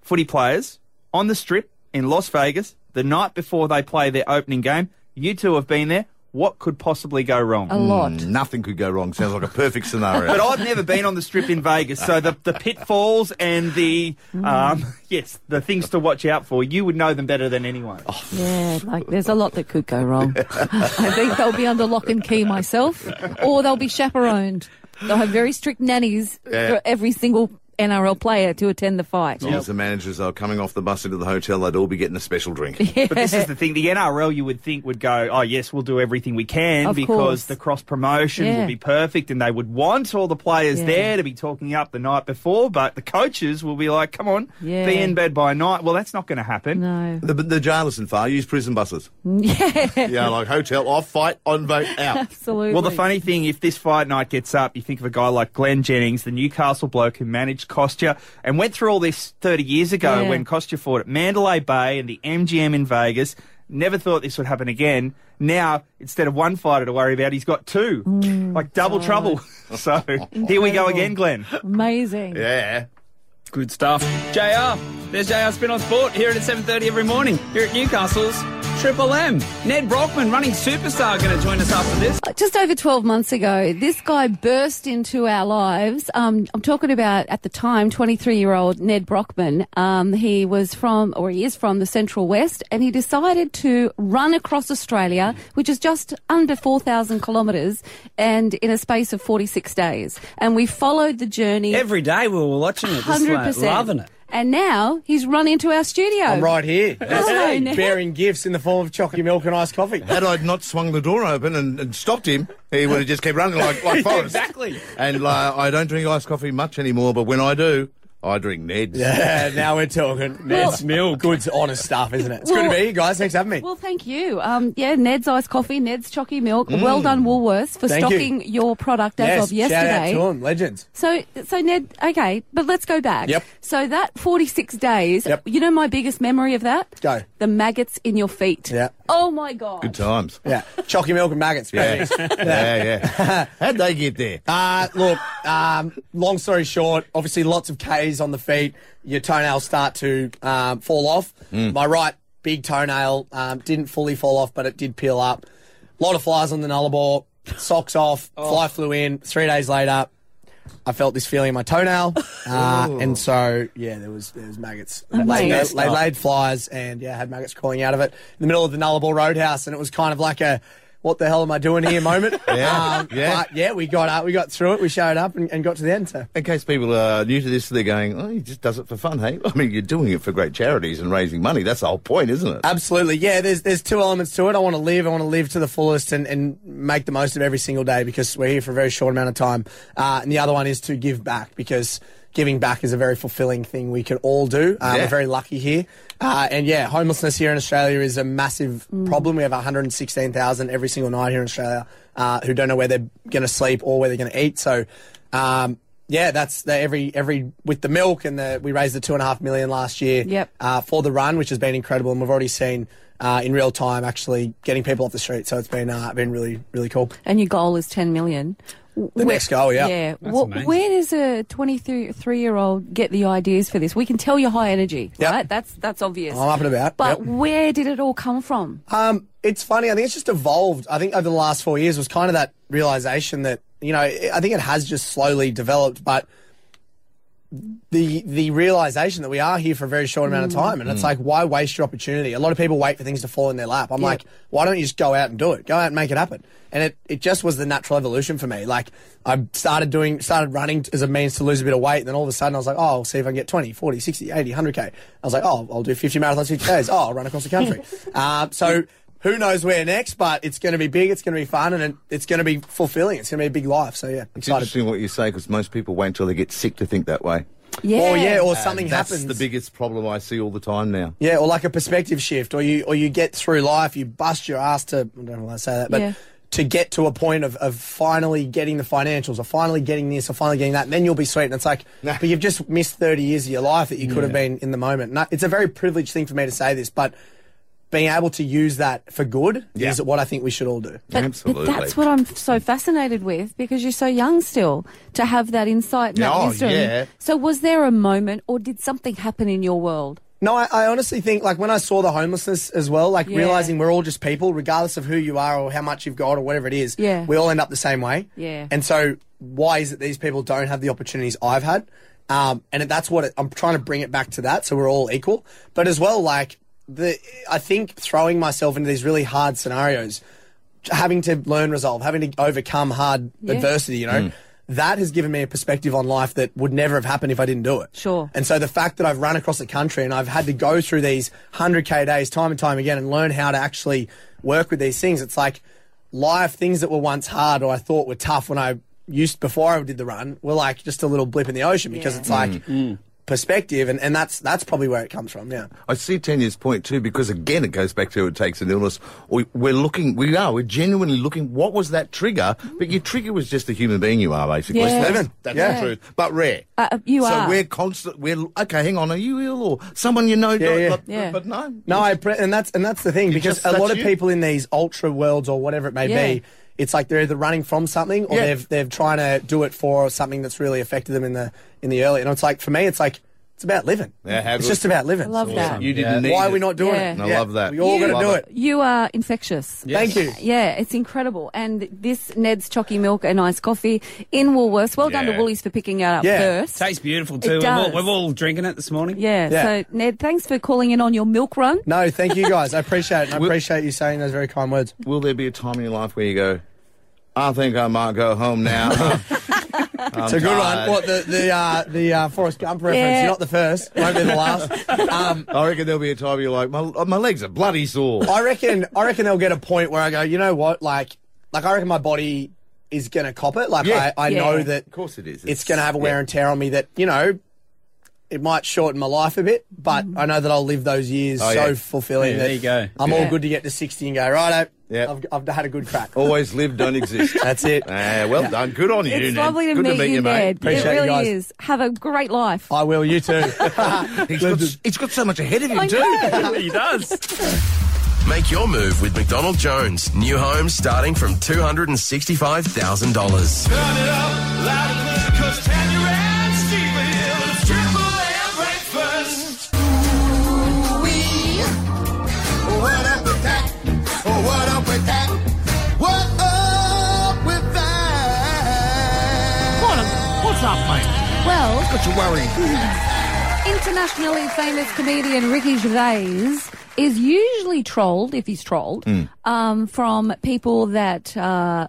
footy players on the strip in Las Vegas the night before they play their opening game. You two have been there. What could possibly go wrong?
Mm, nothing could go wrong. Sounds like a perfect scenario.
But I've never been on the strip in Vegas, so the, the pitfalls and the
Mm.
um, yes, the things to watch out for. You would know them better than anyone.
Yeah, like there's a lot that could go wrong. I think they'll be under lock and key myself, or they'll be chaperoned. They'll have very strict nannies
Yeah.
for every single NRL player to attend the fight.
As long as the managers are coming off the bus into the hotel, they'd all be getting a special drink.
But this is the thing: the NRL, you would think, would go, "Oh yes, we'll do everything we can
Of
because
course.
the cross promotion
Yeah.
will be perfect," and they would want all the players
Yeah.
there to be talking up the night before. But the coaches will be like, "Come on,
Yeah.
be in bed by night." Well, that's not going to happen.
No.
The, the jailers and far use prison buses.
Yeah.
Yeah, like hotel off, fight on, vote out.
Absolutely.
Well, the funny thing, if this fight night gets up, you think of a guy like Glenn Jennings, the Newcastle bloke who managed Kostya and went through all this 30 years ago
Yeah.
when Kostya fought at Mandalay Bay and the MGM in Vegas. Never thought this would happen again. Now, instead of one fighter to worry about, he's got two. like double
God.
trouble. so here we go again, Glenn.
Amazing.
Yeah.
Good stuff. JR, there's JR Spin on Sport here at 7.30 every morning here at Newcastle's Triple M. Ned Brockman, running superstar, going to join us after this.
Just over 12 months ago, this guy burst into our lives. Um, I'm talking about, at the time, 23 year old Ned Brockman. Um, he was from, or he is from the Central West, and he decided to run across Australia, which is just under 4,000 kilometres, and in a space of 46 days. And we followed the journey.
Every day we were watching it. This
Hundred
way,
percent,
loving it.
And now he's run into our studio.
I'm right here.
Hello, Ned.
Bearing gifts in the form of chocolate milk and iced coffee.
Had I not swung the door open and, and stopped him, he would have just kept running like, like Forrest.
exactly.
And uh, I don't drink iced coffee much anymore, but when I do, I drink Ned's.
Yeah, now we're talking. Ned's milk. Good, honest stuff, isn't it? It's good to
Well-
be here, guys. Thanks for having me.
Well, thank you. Um, yeah, Ned's iced coffee, Ned's chocky milk. Well
Mm.
done, Woolworths, for
Thank you.
stocking your product as
yes,
of yesterday.
Shout out to 'em, legends.
So, so Ned, okay, but let's go back.
Yep.
So that 46 days,
Yep.
you know my biggest memory of that?
Go.
The maggots in your feet.
Yeah.
Oh my God.
Good times.
Yeah, chocky milk and maggots.
Yeah. yeah, yeah. How'd they get there?
Uh, look, um, long story short, obviously lots of Ks on the feet. Your toenails start to um, fall off.
Hmm.
Mm.
My right big toenail um, didn't fully fall off, but it did peel up. A lot of flies on the nullarbor, socks off, fly flew in. Three days later, I felt this feeling in my toenail. Uh,
Ooh.
and so, yeah, there was, there was maggots.
That's
Laid,
messed
Oh.
laid,
up.
laid flies and, yeah, had maggots crawling out of it in the middle of the nullarbor roadhouse. And it was kind of like a, what the hell am I doing here moment.
Yeah, yeah.
But yeah, we got up, we got through it, we showed up and, and got to the end. So
In case people are new to this, they're going, oh, he just does it for fun, hey? I mean, you're doing it for great charities and raising money. That's the whole point, isn't it?
Absolutely. Yeah, there's there's two elements to it. I want to live. I want to live to the fullest and, and make the most of every single day because we're here for a very short amount of time. Uh, and the other one is to give back because giving back is a very fulfilling thing we could all do. Um,
Yeah.
We're very lucky here. Uh, and yeah, homelessness here in Australia is a massive
Mm.
problem. We have 116,000 every single night here in Australia uh, who don't know where they're going to sleep or where they're going to eat. So, um, yeah, that's the every every with the milk and the we raised the two and a half million last year
Yep.
uh, for the run, which has been incredible, and we've already seen uh, in real time actually getting people off the street. So it's been uh, been really really cool.
And your goal is 10 million.
The next goal, yeah.
Yeah.
That's
Wh-
amazing.
where does a 23 year old get the ideas for this? We can tell you're high energy, right? That's that's obvious.
I'm up and about.
But
Yep.
where did it all come from?
Um, it's funny. I think it's just evolved. I think over the last four years was kind of that realization that you know I think it has just slowly developed, but the the realization that we are here for a very short amount of
Mm.
time, and it's
Hmm.
Mm.
like why waste your opportunity? A lot of people wait for things to fall in their lap. I'm like, why don't you just go out and do it? Go out and make it happen. And it it just was the natural evolution for me. Like I started doing started running as a means to lose a bit of weight, and then all of a sudden I was like, oh, I'll see if I can get 20, 40, 60, 80, 100 k. I was like, oh, I'll do 50 marathons, 50 k's. Oh, I'll run across the country. um, so. Who knows where next, but it's going to be big, it's going to be fun, and it- it's going to be fulfilling. It's going to be a big life. So, yeah,
It's
excited.
interesting what you say because most people wait until they get sick to think that way.
oh, Yeah. Or, yeah, or something
And that's
happens.
the biggest problem I see all the time now.
Yeah, or like a perspective shift, or you or you get through life, you bust your ass to I don't know why I say that, but
Yeah.
to get to a point of, of finally getting the financials, or finally getting this, or finally getting that, and then you'll be sweet. And it's like, but you've just missed thirty years of your life that you could have
Yeah.
been in the moment. And I- it's a very privileged thing for me to say this, but being able to use that for good
Yeah.
is what I think we should all do.
But- But that's what I'm so fascinated with because you're so young still to have that insight and that
Oh,
wisdom.
yeah.
So, was there a moment or did something happen in your world?
No, I, I honestly think like when I saw the homelessness as well, like
Yeah.
realizing we're all just people, regardless of who you are or how much you've got or whatever it is.
Yeah.
we all end up the same way.
Yeah.
And so, why is it these people don't have the opportunities I've had? Um, and that's what it, I'm trying to bring it back to that, so we're all equal. But as well, like the, I think throwing myself into these really hard scenarios, having to learn resolve, having to overcome hard
Yeah.
adversity, you know.
Mm.
That has given me a perspective on life that would never have happened if I didn't do it. Sure. And so the fact that I've run across the country and I've had to go through these 100K days time and time again and learn how to actually work with these things, it's like life, things that were once hard or I thought were tough when I used before I did the run were like just a little blip in the ocean because it's like perspective. And, and that's, that's probably where it comes from. Yeah.
I see Tanya's point too, because again, it goes back to it takes an illness. We, we're looking, we are, we're genuinely looking. What was that trigger? But your trigger was just the human being you are, basically.
Yeah.
That's, that's
Yeah.
the truth, but rare.
Uh, you
so
are.
we're constant. We're okay. Hang on. Are you ill or someone you know?
Yeah, yeah.
But,
Yeah.
but no.
No, I pre- and that's and that's the thing because
just-
a lot
that's
of
you.
people in these ultra worlds or whatever it may
Yeah.
be, it's like they're either running from something or
Yeah.
they've they've trying to do it for something that's really affected them in the in the early. And it's like for me, it's like it's about living.
Yeah, how
it's
good.
just about living.
I love That's that. awesome. You didn't need
Why
it.
are we not doing
Yeah.
it?
I love that.
We all
You-
got to do
Love
it.
You are infectious.
Yes. Thank you.
Yeah, it's incredible. And this Ned's Chalky Milk and Iced Coffee in Woolworths. Well done to
Yeah.
Woolies for picking that up first.
Tastes beautiful
It
too. We've all,
does.
we're all drinking it this morning.
Yeah, So, Ned, thanks for calling in on your milk run.
No, thank you guys. I appreciate it. and I appreciate you saying those very kind words.
Will there be a time in your life where you go? I think I might go home now. it's
it's a good one. What the the uh, the uh, Forrest Gump reference?
Yeah.
You're not the first. Won't be the last. Um,
I reckon there'll be a time you're like, my, my legs are bloody sore.
I reckon. I reckon they'll get a point where I go. You know what? Like, like I reckon my body is gonna cop it. Like
Yeah.
I, I
Yeah.
know that.
Of course it is.
It's, gonna have a wear and tear on me. That you know, it might shorten my life a bit, but I know that I'll live those years
Oh,
so
yeah.
fulfilling.
Yeah,
that
there you go.
I'm
Yeah.
all good to get to sixty and go right.
Yep.
I've, I've had a good crack.
Always live, don't exist. Ah,
That's it.
well done. Good on you,
It's
Ned.
lovely to
Good
meet,
to meet you, mate.
Ned. it really is. Have a great life.
I will. You too.
he's, got, he's got so much ahead of him,
I know.
too.
He
does.
Make your move with McDonald Jones. New homes starting from $265,000.
Turn it up loud and clear, 'cause Tanya and Steve are here. It's Triple M breakfast.
Ooh-wee. What up with that? Oh, what up with that? What up with that?
what's up, mate?
Well,
what's got you worried?
Internationally famous comedian Ricky Gervais is usually trolled, if he's trolled, um, from people that uh,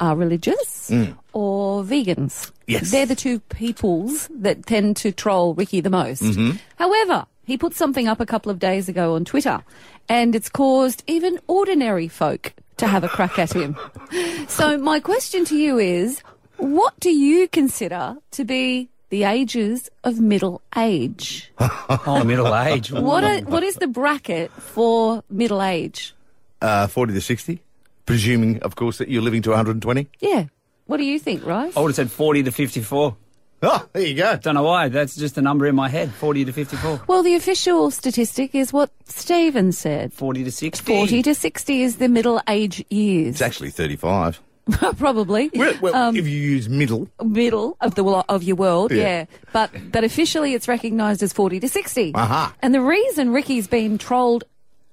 are religious
Mm.
or vegans.
Yes.
They're the two peoples that tend to troll Ricky the most.
Mhm.
However, he put something up a couple of days ago on Twitter, and it's caused even ordinary folk to have a crack at him. So, my question to you is what do you consider to be the ages of middle age?
Oh, middle age.
What, are, what is the bracket for middle age?
Uh, 40 to 60, presuming, of course, that you're living to 120.
Yeah. What do you think, Rice?
I would have said 40 to 54.
Oh, there you go.
Don't know why. That's just a number in my head 40 to 54.
Well, the official statistic is what Stephen said.
40 to 60.
40 to 60 is the middle age years.
It's actually 35.
Probably.
Well, well
Um,
if you use middle,
middle of the wo- of your world,
Yeah.
yeah. But but officially, it's recognised as forty to 60
Aha.
And the reason Ricky's been trolled,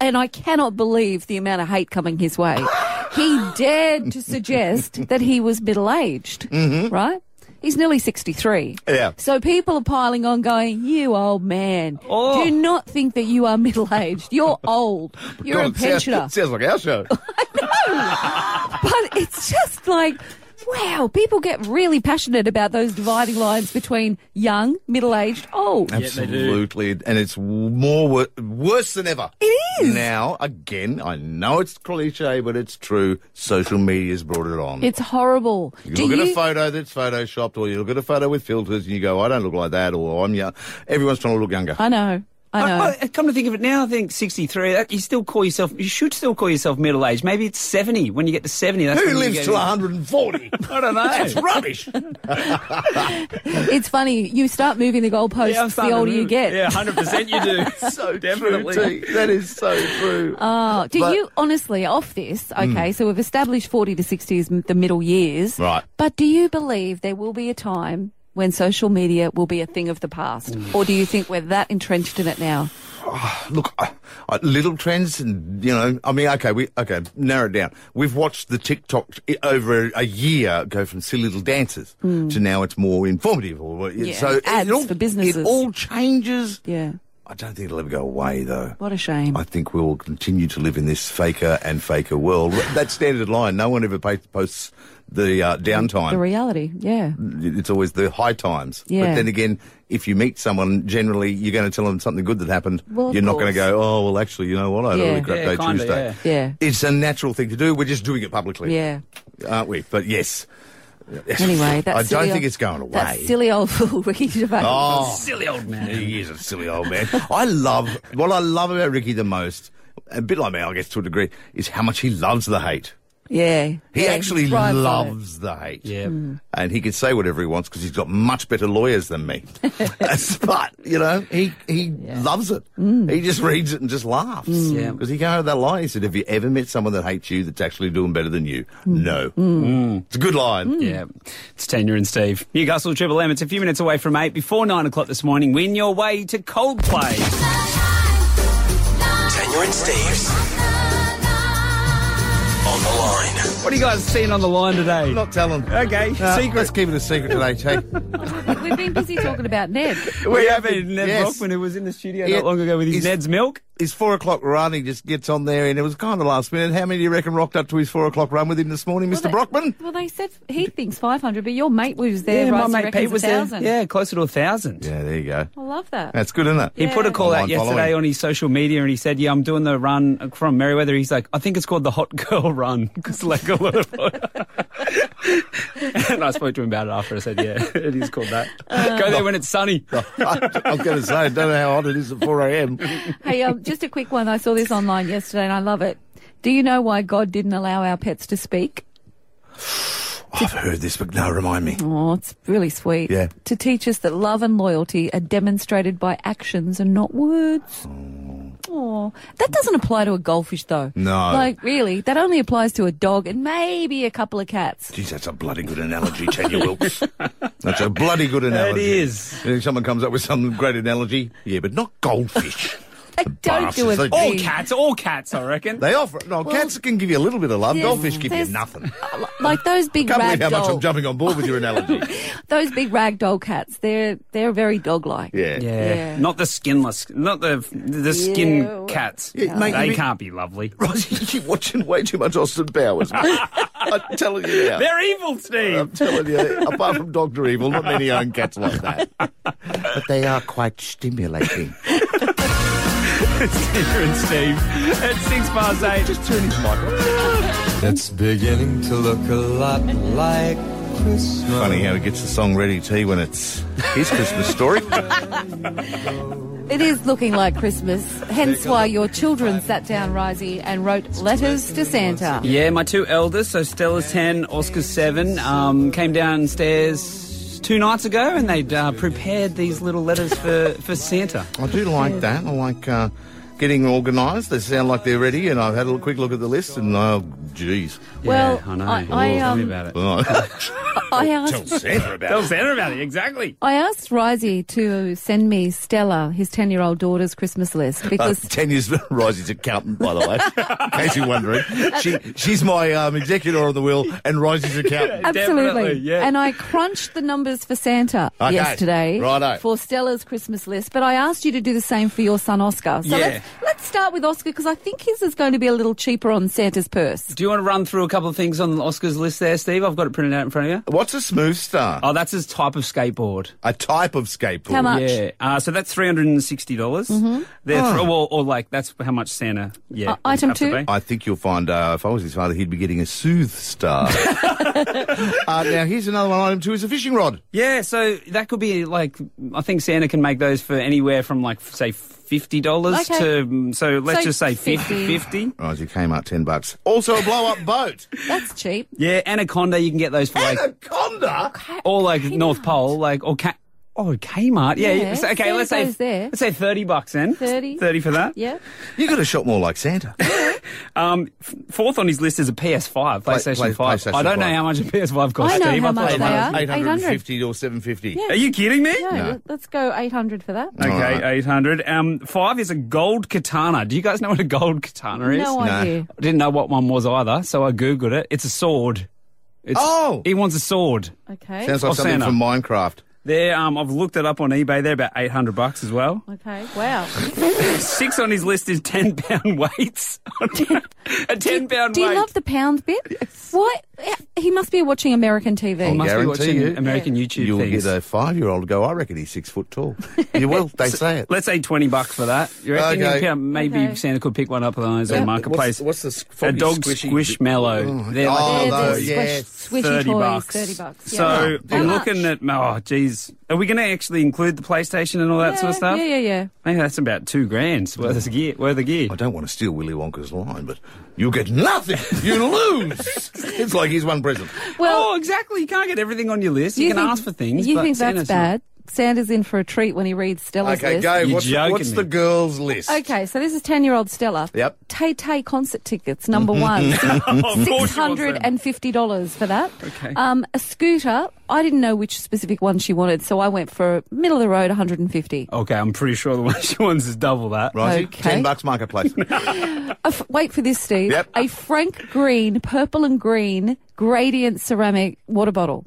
and I cannot believe the amount of hate coming his way. he dared to suggest that he was middle aged,
Mm-hmm.
right? He's nearly sixty three.
Yeah.
So people are piling on, going, "You old man,
Oh.
do not think that you are middle aged. You're old. You're
God,
a
it sounds-
pensioner."
Sounds, like our show.
but it's just like wow people get really passionate about those dividing lines between young middle-aged old
Absolutely. And it's w- more wor- worse than ever. It is. Now, again, I know it's cliche, but it's true. Social media's brought it on.
it's horrible
You
do
look at
you
a photo that's photoshopped, or you look at a photo with filters, and you go, "I don't look like that," or "I'm young." Everyone's trying to look younger.
i know i know
I, I come to think of it now, I think 63, that, you still call yourself, you should still call yourself middle aged. Maybe it's 70 when you get to 70. That's
Who
when you
lives
get
till
in-
140?
I don't know.
That's rubbish.
it's funny you start moving the goalposts
Yeah, I'm
the
starting to
older you
move.
get
Yeah, 100% you do.
so
Definitely.
True, T. that is so true.
Oh, do
But-
you honestly off this?
Hmm.
Okay,
Mm.
so we've established 40 to 60 is m- the middle years.
Right.
But do you believe there will be a time when social media will be a thing of the past? Or do you think we're that entrenched in it now?
Look, uh, uh, little trends, and you know, I mean, okay, we okay, narrow it down. We've watched the TikTok i- over a- a year go from silly little dances
Mm.
to now it's more informative. Or it-
Yeah,
so it
ads
all-
for businesses.
It all changes.
Yeah.
I don't think it'll ever go away, though.
What a shame.
I think we will continue to live in this faker and faker world. that standard line, no one ever pa- posts the uh, downtime
The reality, yeah.
Mm.
it's always the high times. But
Yeah.
then again, if you meet someone, generally you're going to tell them something good that happened.
Well, of
you're not going to
course.
go, oh, well, actually, you know what? I had a
Yeah.
really crap
Yeah,
day
kinda,
Tuesday.
yeah. Yeah.
It's a natural thing to do. We're just doing it publicly.
Yeah.
Aren't we? But yes.
Anyway, that
I
silly
don't
old-
think it's going away.
That silly old fool, Ricky Gervais.
Oh, He is a silly old man. I love what I love about Ricky the most, a bit like me, I guess, to a degree, is how much he loves the hate.
Yeah.
He
Yeah,
actually
thrives on
loves the hate.
Yeah.
And he can say whatever he wants because he's got much better lawyers than me. but, you know, he, he loves it. He just reads it and just laughs. Because
Mm. Hmm. Yeah.
he can't have that lie. He said, Have you ever met someone that hates you that's actually doing better than you?
Hmm.
No. Hmm. It's a good line.
Hmm.
Yeah. It's Tanya and Steve. Newcastle Triple M. It's a few minutes away from 8. Before 9 o'clock this morning, win your way to Coldplay.
Tanya and Steve's on the line.
What are you guys seeing on the line today? I'm
not telling.
Okay,
Uh,
secret.
Let's keep it a secret today, T.
it. We've been busy talking about Ned.
We have been Ned
Yes.
Brockman, who was in the studio not long ago with his Ned's milk.
His four o'clock run, he just gets on there, and it was kind of last minute. How many do you reckon rocked up to his four o'clock run with him this morning, Mr. Brockman?
Well, they said he thinks 500, but your mate was there, right?
yeah, my
So he
mate
reckons
Pete was
a
there.
thousand.
Yeah, closer to a thousand.
Yeah, there you go.
I love that.
That's good, isn't it?
He put a call out
Online
yesterday
following.
on his social media and he said, Yeah, I'm doing the run from Merriweather. He's like, I think it's called the Hot Girl Run because like a lot of. and I spoke to him about it after. I said, Yeah, it is called that. Go there when it's sunny.
Oh. I was going to say, I don't know how hot it is at 4 a.m.
Hey, um, just a quick one. I saw this online yesterday and I love it. Do you know why God didn't allow our pets to speak?
I've heard this, but no, remind me.
Oh, it's really sweet.
Yeah.
To teach us that love and loyalty are demonstrated by actions and not words. Oh, that doesn't apply to a goldfish though.
Mm. No.
Like, really, that only applies to a dog and maybe a couple of cats.
Geez, that's a bloody good analogy, Tanya Wilkes. That's a bloody good analogy. It is. If someone comes up with some great analogy, yeah, but not goldfish.
Don't do a
Bastards.
thing.
All cats.
all cats, I reckon.
They offer. No, cats can give you a little bit of love.
there's-
Goldfish give you
there's-
nothing.
Like those big
Can't believe
rag
how much I'm
doll,
jumping on board with your analogy.
those big rag doll cats. They're they're very dog like.
Yeah.
yeah.
Yeah.
Not the skinless, not the the skin cats.
Yeah, mate,
they
you-
can't be lovely.
Rosie, you keep watching way too much Austin Powers. mate. I'm telling you now.
They're evil, Steve.
I'm telling you, apart from Doctor Evil, not many own cats like that. But they are quite stimulating.
it's Peter and Steve. At six past eight. Just turn his mic
It's beginning to look a lot like Christmas.
Funny how he gets the song ready T when it's his Christmas story.
It is looking like Christmas. Hence why your children sat down, Risey, and wrote letters to Santa.
Yeah, my two eldest, so Stella's 10, Oscar's 7, um, came downstairs two nights ago and they'd uh, prepared these little letters for, for Santa.
I do like that. I like uh, getting organised. They sound like they're ready, and I've had a little quick look at the list, and oh, jeez.
Well, I know. I- I,
tell me um, about it.
I
Tell
asked.
Santa about
Tell
it.
Santa about it, exactly.
I asked Risey to send me Stella, his 10 year old daughter's Christmas list, because
Uh, ten years Risey's accountant, by the way. in case you're wondering, she she's my um, executor on the will, and Risey's accountant.
Absolutely. And I crunched the numbers for Santa
Okay.
yesterday
Righto.
for Stella's Christmas list, but I asked you to do the same for your son Oscar. So
Yeah.
let's, let's start with Oscar because I think his is going to be a little cheaper on Santa's purse.
Do you want to run through a couple of things on Oscar's list there, Steve? I've got it printed out in front of you.
What's a smooth star?
Oh, that's his type of skateboard.
A type of skateboard.
How much?
Yeah. Uh, so that's three hundred and sixty dollars.
Mhm.
Oh.
or, or like that's how much Santa.
Uh,
Yeah. have to pay.
I think you'll find uh, if I was his father, he'd be getting a soothe star. uh, now here's another one. Item two is a fishing rod.
Yeah. So that could be like I think Santa can make those for anywhere from like say fifty dollars
Okay.
to mm, so let's
So
just say 50,
50.
50.
Risey came out ten bucks. Also a blow up boat.
That's cheap.
Yeah. Anaconda, you can get those for like
Anaconda.
or like North Pole, like or Ca- oh Kmart. Yeah.
Yeah,
so- okay.
Santa
Let's say
goes there.
let's say thirty bucks then.
30.
Thirty for that.
Yeah.
You got to shop more like Santa.
Um, f- fourth on his list is a PS5,
Play-
PlayStation
play-
5.
PlayStation
I don't know
5.
how much a PS5 costs.
I know
Steve.
how
thought
much
it
they
was-
are.
850 or 750.
Yeah.
Are you kidding me?
No,
No.
let's go 800 for that.
Okay, 800. Um, five is a gold katana. Do you guys know what a gold katana is?
No No. idea.
I didn't know what one was either, so I Googled it. It's a sword. It's,
oh!
He wants a sword.
Okay.
Sounds like
Of
something
Oh, Santa.
from Minecraft.
There, um, I've looked it up on eBay. They're about 800 bucks as well.
Okay. Wow.
Six on his list is 10 pound weights. a 10 pound
Do you
weight.
love the pound bit? What? He must be watching American TV.
I
must be
guarantee
watching
you,
American YouTube
You'll
things.
get a five-year-old go. I reckon he's six foot tall. you will. They say it.
Let's say 20 bucks for that. You reckon
Okay.
you- maybe
Okay.
Santa could pick one up on his
Yeah.
own marketplace?
What's- what's the
A
floppy
dog
squishy-
squishmallow.
Oh,
They're
oh,
like
those, They're the yes.
squish- squishy
30
toys,
bucks.
30 bucks, yeah.
So
How
we're
much?
looking at, oh, geez. Are we going to actually include the PlayStation and all that sort of
Yeah,
stuff?
yeah, yeah.
Maybe that's about two grand's worth of gear. Worth of gear.
I don't want to steal Willy Wonka's line, but you get nothing. You lose. it's like he's one present.
Well, oh, exactly. You can't get everything on your list. You, can ask for things.
You
but
think that's
Santa's not-
bad? Santa's in for a treat when he reads Stella's
Okay,
list.
go.
You're
What's, the,
joking
what's
me.
the girls' list?
Okay, so this is 10 year old Stella.
Yep.
Tay Tay concert tickets, number one.
Of course she wants them.
$650 for that.
Okay.
Um, a scooter. I didn't know which specific one she wanted, so I went for middle of the road, 150
Okay, I'm pretty sure the one she wants is double that.
Right, Okay. 10
bucks marketplace.
a f- Wait for this, Steve.
Yep.
A Frank Green, purple and green, gradient ceramic water bottle.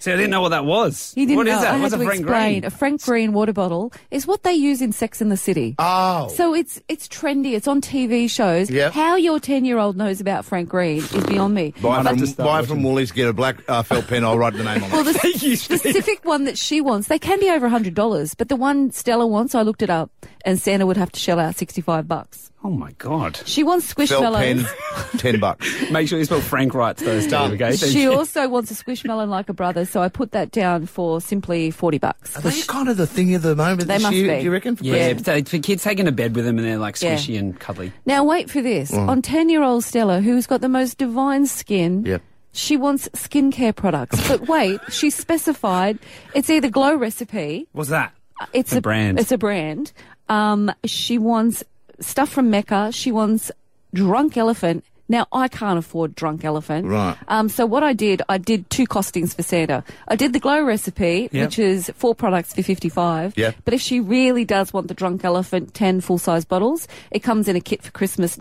See, I didn't know what that was.
You didn't
What is
know.
that?
I had
What's
to
a Frank
explain.
Green?
A Frank Green water bottle is what they use in Sex in the City.
Oh.
So it's it's trendy. It's on TV shows.
Yep.
How your ten year old knows about Frank Green is beyond me.
Buy
But-
from, buy from Woolies, get a black uh, felt pen, I'll write the name on it.
well, the specific one that she wants, they can be over hundred dollars, but the one Stella wants, I looked it up, and Santa would have to shell out sixty five bucks.
Oh my god.
She wants
Felt pen,
squishmallows.
10 bucks.
Make sure you spell Frank right to those two,
Done.
okay? Thank
She
you.
also wants a squishmallow like a brother, so I put that down for simply forty bucks.
Are they kind of the thing of the moment
They
this
must
year,
be.
do you reckon? For
Yeah,
Christmas?
but they, for kids taken to bed with them and they're like
Yeah.
squishy and cuddly.
Now wait for this.
Mm.
On ten year old Stella, who's got the most divine skin,
Yep.
she wants skincare products. but wait, she specified it's either Glow Recipe.
What's that?
uh, It's
a brand.
It's a brand. Um, she wants stuff from Mecca. She wants Drunk Elephant Now, I can't afford Drunk Elephant.
Right.
Um, so what I did, I did two costings for Santa. I did the Glow recipe,
Yep.
which is four products for 55.
Yep.
But if she really does want the Drunk Elephant 10 full-size bottles, it comes in a kit for Christmas,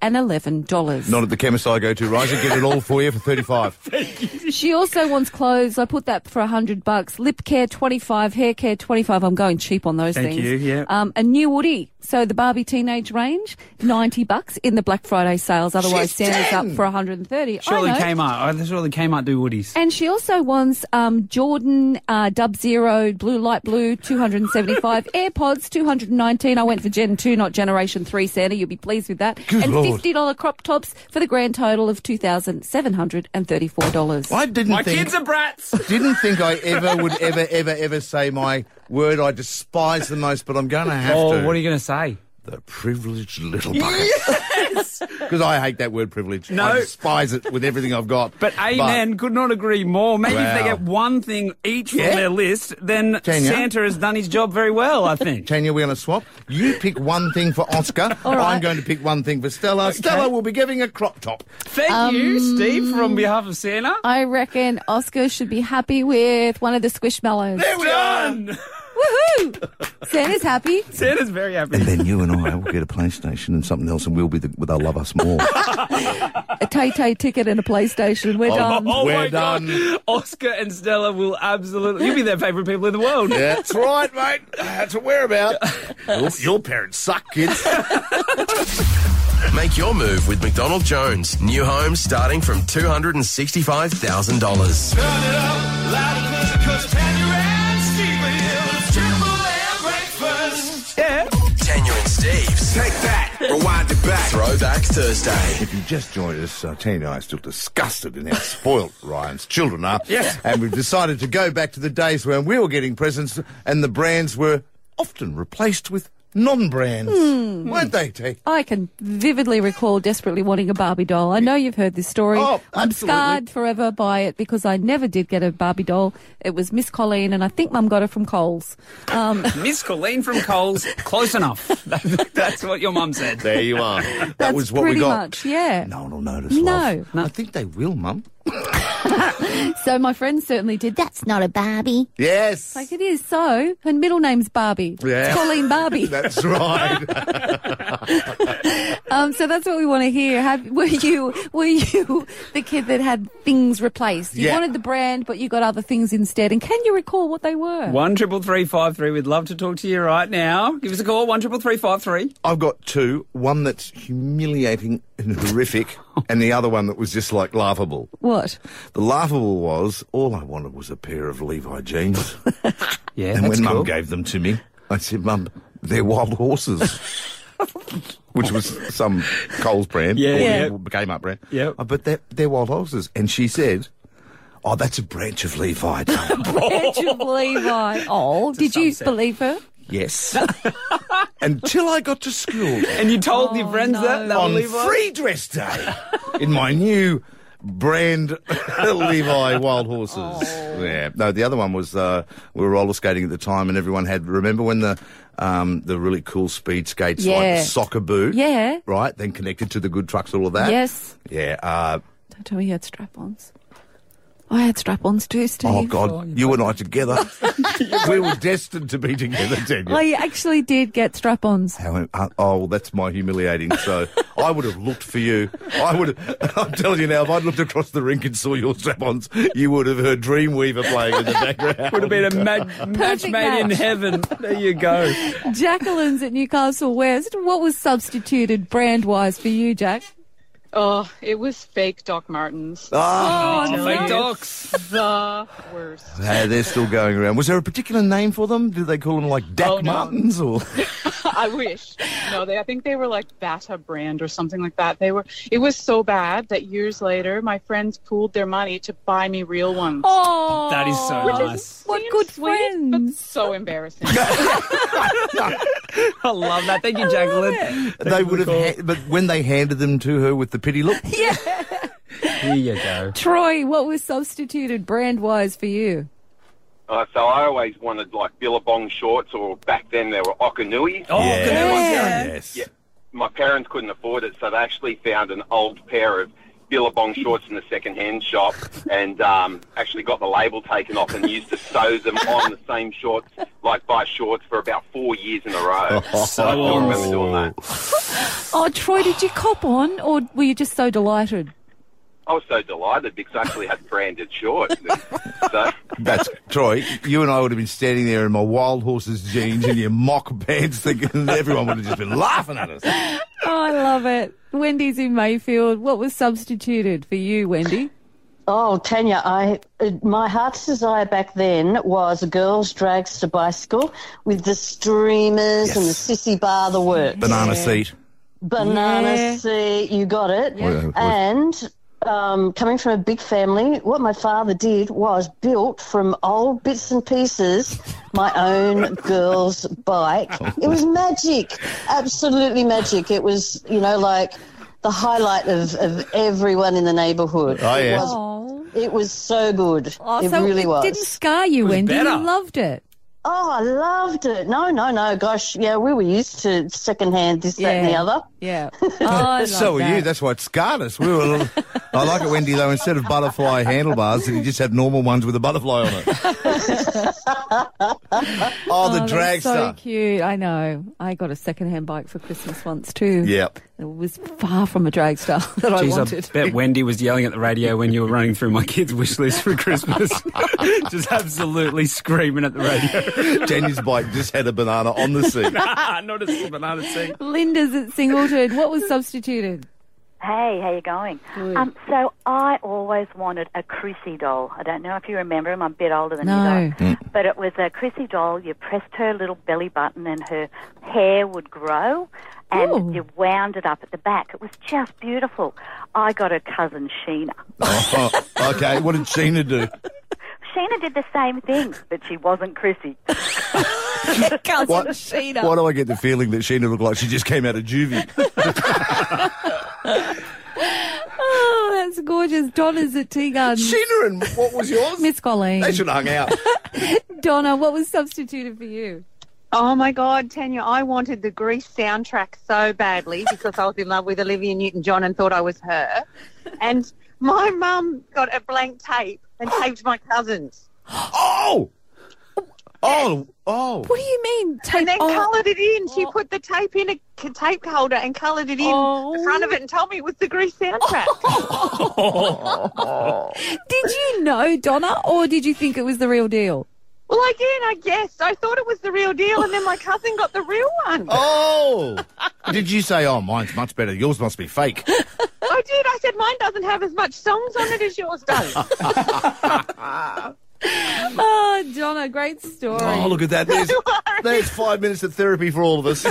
$911.
Not at the chemist I go to, Riser. Get it all for you for 35
She also wants clothes. I put that for a hundred bucks. Lip care twenty five, hair care twenty five. I'm going cheap on those
Thank
things.
you, yeah.
Um, a new Woody. So the Barbie teenage range, ninety bucks in the Black Friday sales. Otherwise,
She's
Santa's up
10.
for hundred and thirty.
Surely
I know.
Kmart. I- Surely Kmart do Woodies.
And she also wants um, Jordan uh, Dub Zero Blue Light Blue 275 AirPods 219. I went for Gen 2, not Generation 3, Santa. You'll be pleased with that.
Good
and
Lord.
$50 crop tops for the grand total of $2,734.
I didn't think.
brats.
Didn't think I ever would ever, ever, ever say my word I despise the most, but I'm going to have
Oh,
to.
what are you going to say?
The privileged little bucket. Because I hate that word privilege.
No.
I despise it with everything I've got.
But amen, could not agree more. Maybe if they
Wow.
get one thing each from
Yeah.
their list, then
Tanya?
Santa has done his job very well, I think.
Tanya, we're going to swap. You pick one thing for Oscar. I'm going to pick one thing for Stella. Stella will be giving a crop top.
Thank you,
Um,
Steve, for on behalf of Santa.
I reckon Oscar should be happy with one of the squishmallows.
There we Done!
Woohoo! Santa's happy.
Santa's very happy.
And then you and I will get a PlayStation and something else, and we'll be the, they'll love us more.
A Tay Tay ticket and a PlayStation. We're done.
Oh, my God. Oscar and Stella will absolutely. You'll be their favourite people in the world.
That's right, mate. That's what we're about. your, your parents suck, kids.
Make your move with McDonald Jones. New homes starting from $265,000.
Turn it up loud and clear, 'cause Tanya and Steve are here. It's Triple M breakfast.
Yeah.
Tanya and Steve's. Take that. Rewind it back. Throwback Thursday.
If you just joined us, uh, Tanya and I are still disgusted in how spoilt Ryan's children are.
Yes.
And we've decided to go back to the days when we were getting presents and the brands were often replaced with non brands.
Hmm.
Weren't they, T?
I can vividly recall desperately wanting a Barbie doll. I know you've heard this story.
Oh,
I'm
absolutely.
scarred forever by it because I never did get a Barbie doll. It was Miss Colleen, and I think Mum got it from Coles. Um,
Miss Colleen from Coles, close enough. That's what your mum said.
There you are. that was what
pretty
we got.
much, yeah.
No one will notice.
No.
love. I think they will, Mum.
So my friends certainly did. That's not a Barbie.
Yes.
Like it is. So her middle name's Barbie.
Yeah.
It's Colleen Barbie.
That's right.
Um, so that's what we want to hear. Have, were you were you the kid that had things replaced? You
Yeah.
wanted the brand, but you got other things instead. And can you recall what they were?
One triple three five three. We'd love to talk to you right now. Give us a call. One triple three five three.
I've got two. One that's humiliating and horrific, and the other one that was just like laughable.
What?
The laughable was all I wanted was a pair of Levi jeans.
yeah,
and
that's
when Mum
cool.
gave them to me, I said, "Mum, they're wild horses." Which was some Coles brand,
Yeah,
or
yeah.
became up brand. Uh,
Yeah,
but they're, they're wild horses. And she said, "Oh, that's a branch of Levi." Oh.
Can't you believe I? Oh, did you believe her?
yes. Until I got to school,
And you told your friends that that
on
Levi?
free dress day in my new brand Levi Wild Horses.
Oh.
Yeah. No, the other one was uh, we were roller skating at the time, and everyone had. Remember when the um, the really cool speed skates like
Yeah.
the soccer boot?
Yeah.
Right. Then connected to the good trucks, all of that.
Yes.
Yeah. Uh,
Don't tell me you had strap-ons. I had strap-ons too, Steve.
oh God, you and I together. we were destined to be together, Daniel.
I actually did get strap-ons.
How, uh, oh, well, that's my humiliating. So I would have looked for you. I would. have I'm telling you now, if I'd looked across the rink and saw your strap-ons, you would have heard Dreamweaver playing in the background.
Would have been a mag- match made in
match.
heaven. There you go.
Jacqueline's at Newcastle West. What was substituted brand-wise for you, Jack?
Oh, it was fake Doc Martens.
Ah.
Let
Oh,
me tell
fake
you,
docs.
The worst.
Hey, they're still going around. Was there a particular name for them? Did they call them like Dak Martins or?
I wish. No, they. I think they were like Bata brand or something like that. They were. It was so bad that years later, my friends pooled their money to buy me real ones.
Oh,
That is so
Which is
nice.
What good friends!
But so embarrassing.
I love that. Thank you, Jacqueline.
They would have, ha- but when they handed them to her with the pity look,
Yeah.
Here you go.
Troy, what was substituted brand-wise for you?
Uh, so I always wanted like Billabong shorts, or back then they were Okanui.
Oh,
Yeah.
yeah.
Yes.
Yeah. my parents couldn't afford it, so they actually found an old pair of Billabong shorts in the second-hand shop, and um, actually got the label taken off and used to sew them on the same shorts, like buy shorts for about four years in a row.
So
I still remember
awesome.
doing that.
Oh, Troy, did you cop on or were you just so delighted?
I was so delighted because I actually had branded shorts. So,
That's Troy. You and I would have been standing there in my wild horse's jeans and your mock pants, thinking everyone would have just been laughing at us.
Oh, I love it. Wendy's in Mayfield. What was substituted for you, Wendy?
Oh, Tanya, I uh, my heart's desire back then was a girls' dragster bicycle with the streamers and the sissy bar, the works.
Banana seat.
Banana
Yeah.
seat, you got it.
Yeah. Yeah, of course.
And um, coming from a big family, what my father did was built from old bits and pieces my own girl's bike.
Oh,
It was magic, absolutely magic. It was, you know, like the highlight of, of everyone in the neighbourhood.
Oh, yeah.
It was, it was so good. it
Oh, so
really
it
was.
didn't scar you, It was Wendy. You better. loved it.
Oh, I loved it. No, no, no. Gosh, yeah, we were used to secondhand this, that, and the
Yeah.
other.
Yeah. Oh, I love
so are you.
that.
That's why it scarred us. We were. A little, I like it, Wendy. Though instead of butterfly handlebars, you just had normal ones with a butterfly on it. oh, the
that's So
dragster.
cute. I know. I got a secondhand bike for Christmas once too.
Yep.
It was far from a dragster that I
Jeez,
wanted.
I bet Wendy was yelling at the radio when you were running through my kids' wish list for Christmas. Just absolutely screaming at the radio.
Jenny's bike just had a banana on the seat.
nah, Ah, not a little banana seat.
Linda's at Singleton. What was substituted?
Hey, how you going? Um, so I always wanted a Chrissy doll. I don't know if you remember him. I'm a bit older than you
No.
guys. But it was a Chrissy doll. You pressed her little belly button and her hair would grow and you wound it up at the back. It was just beautiful. I got her cousin Sheena.
Oh, okay, what did Sheena do?
Sheena did the same thing, but she wasn't Chrissy.
cousin
What-
Sheena.
Why do I get the feeling that Sheena looked like she just came out of juvie?
Oh, that's gorgeous. Donna's at Tea Garden.
Sheena and what was yours?
Miss Colleen.
They should have hung out.
Donna, what was substituted for you?
Oh my God, Tanya, I wanted the Grease soundtrack so badly because I was in love with Olivia Newton John and thought I was her. And my mum got a blank tape and taped my cousins.
Oh! Oh! Oh! What
do you mean?
and then coloured it in. She put the tape in a c- tape holder and coloured it in the front of it and told me it was the Grease soundtrack.
Did you know Donna, or did you think it was the real deal?
Well, again, I guessed. I thought it was the real deal, and then my cousin got the real one.
Oh! Did you say, oh, mine's much better? Yours must be fake.
I did. I said mine doesn't have as much songs on it as yours does.
Oh, Donna, great story.
Oh, look at that. There's, there's five minutes of therapy for all of us.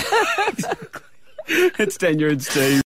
it's Daniel and Steve.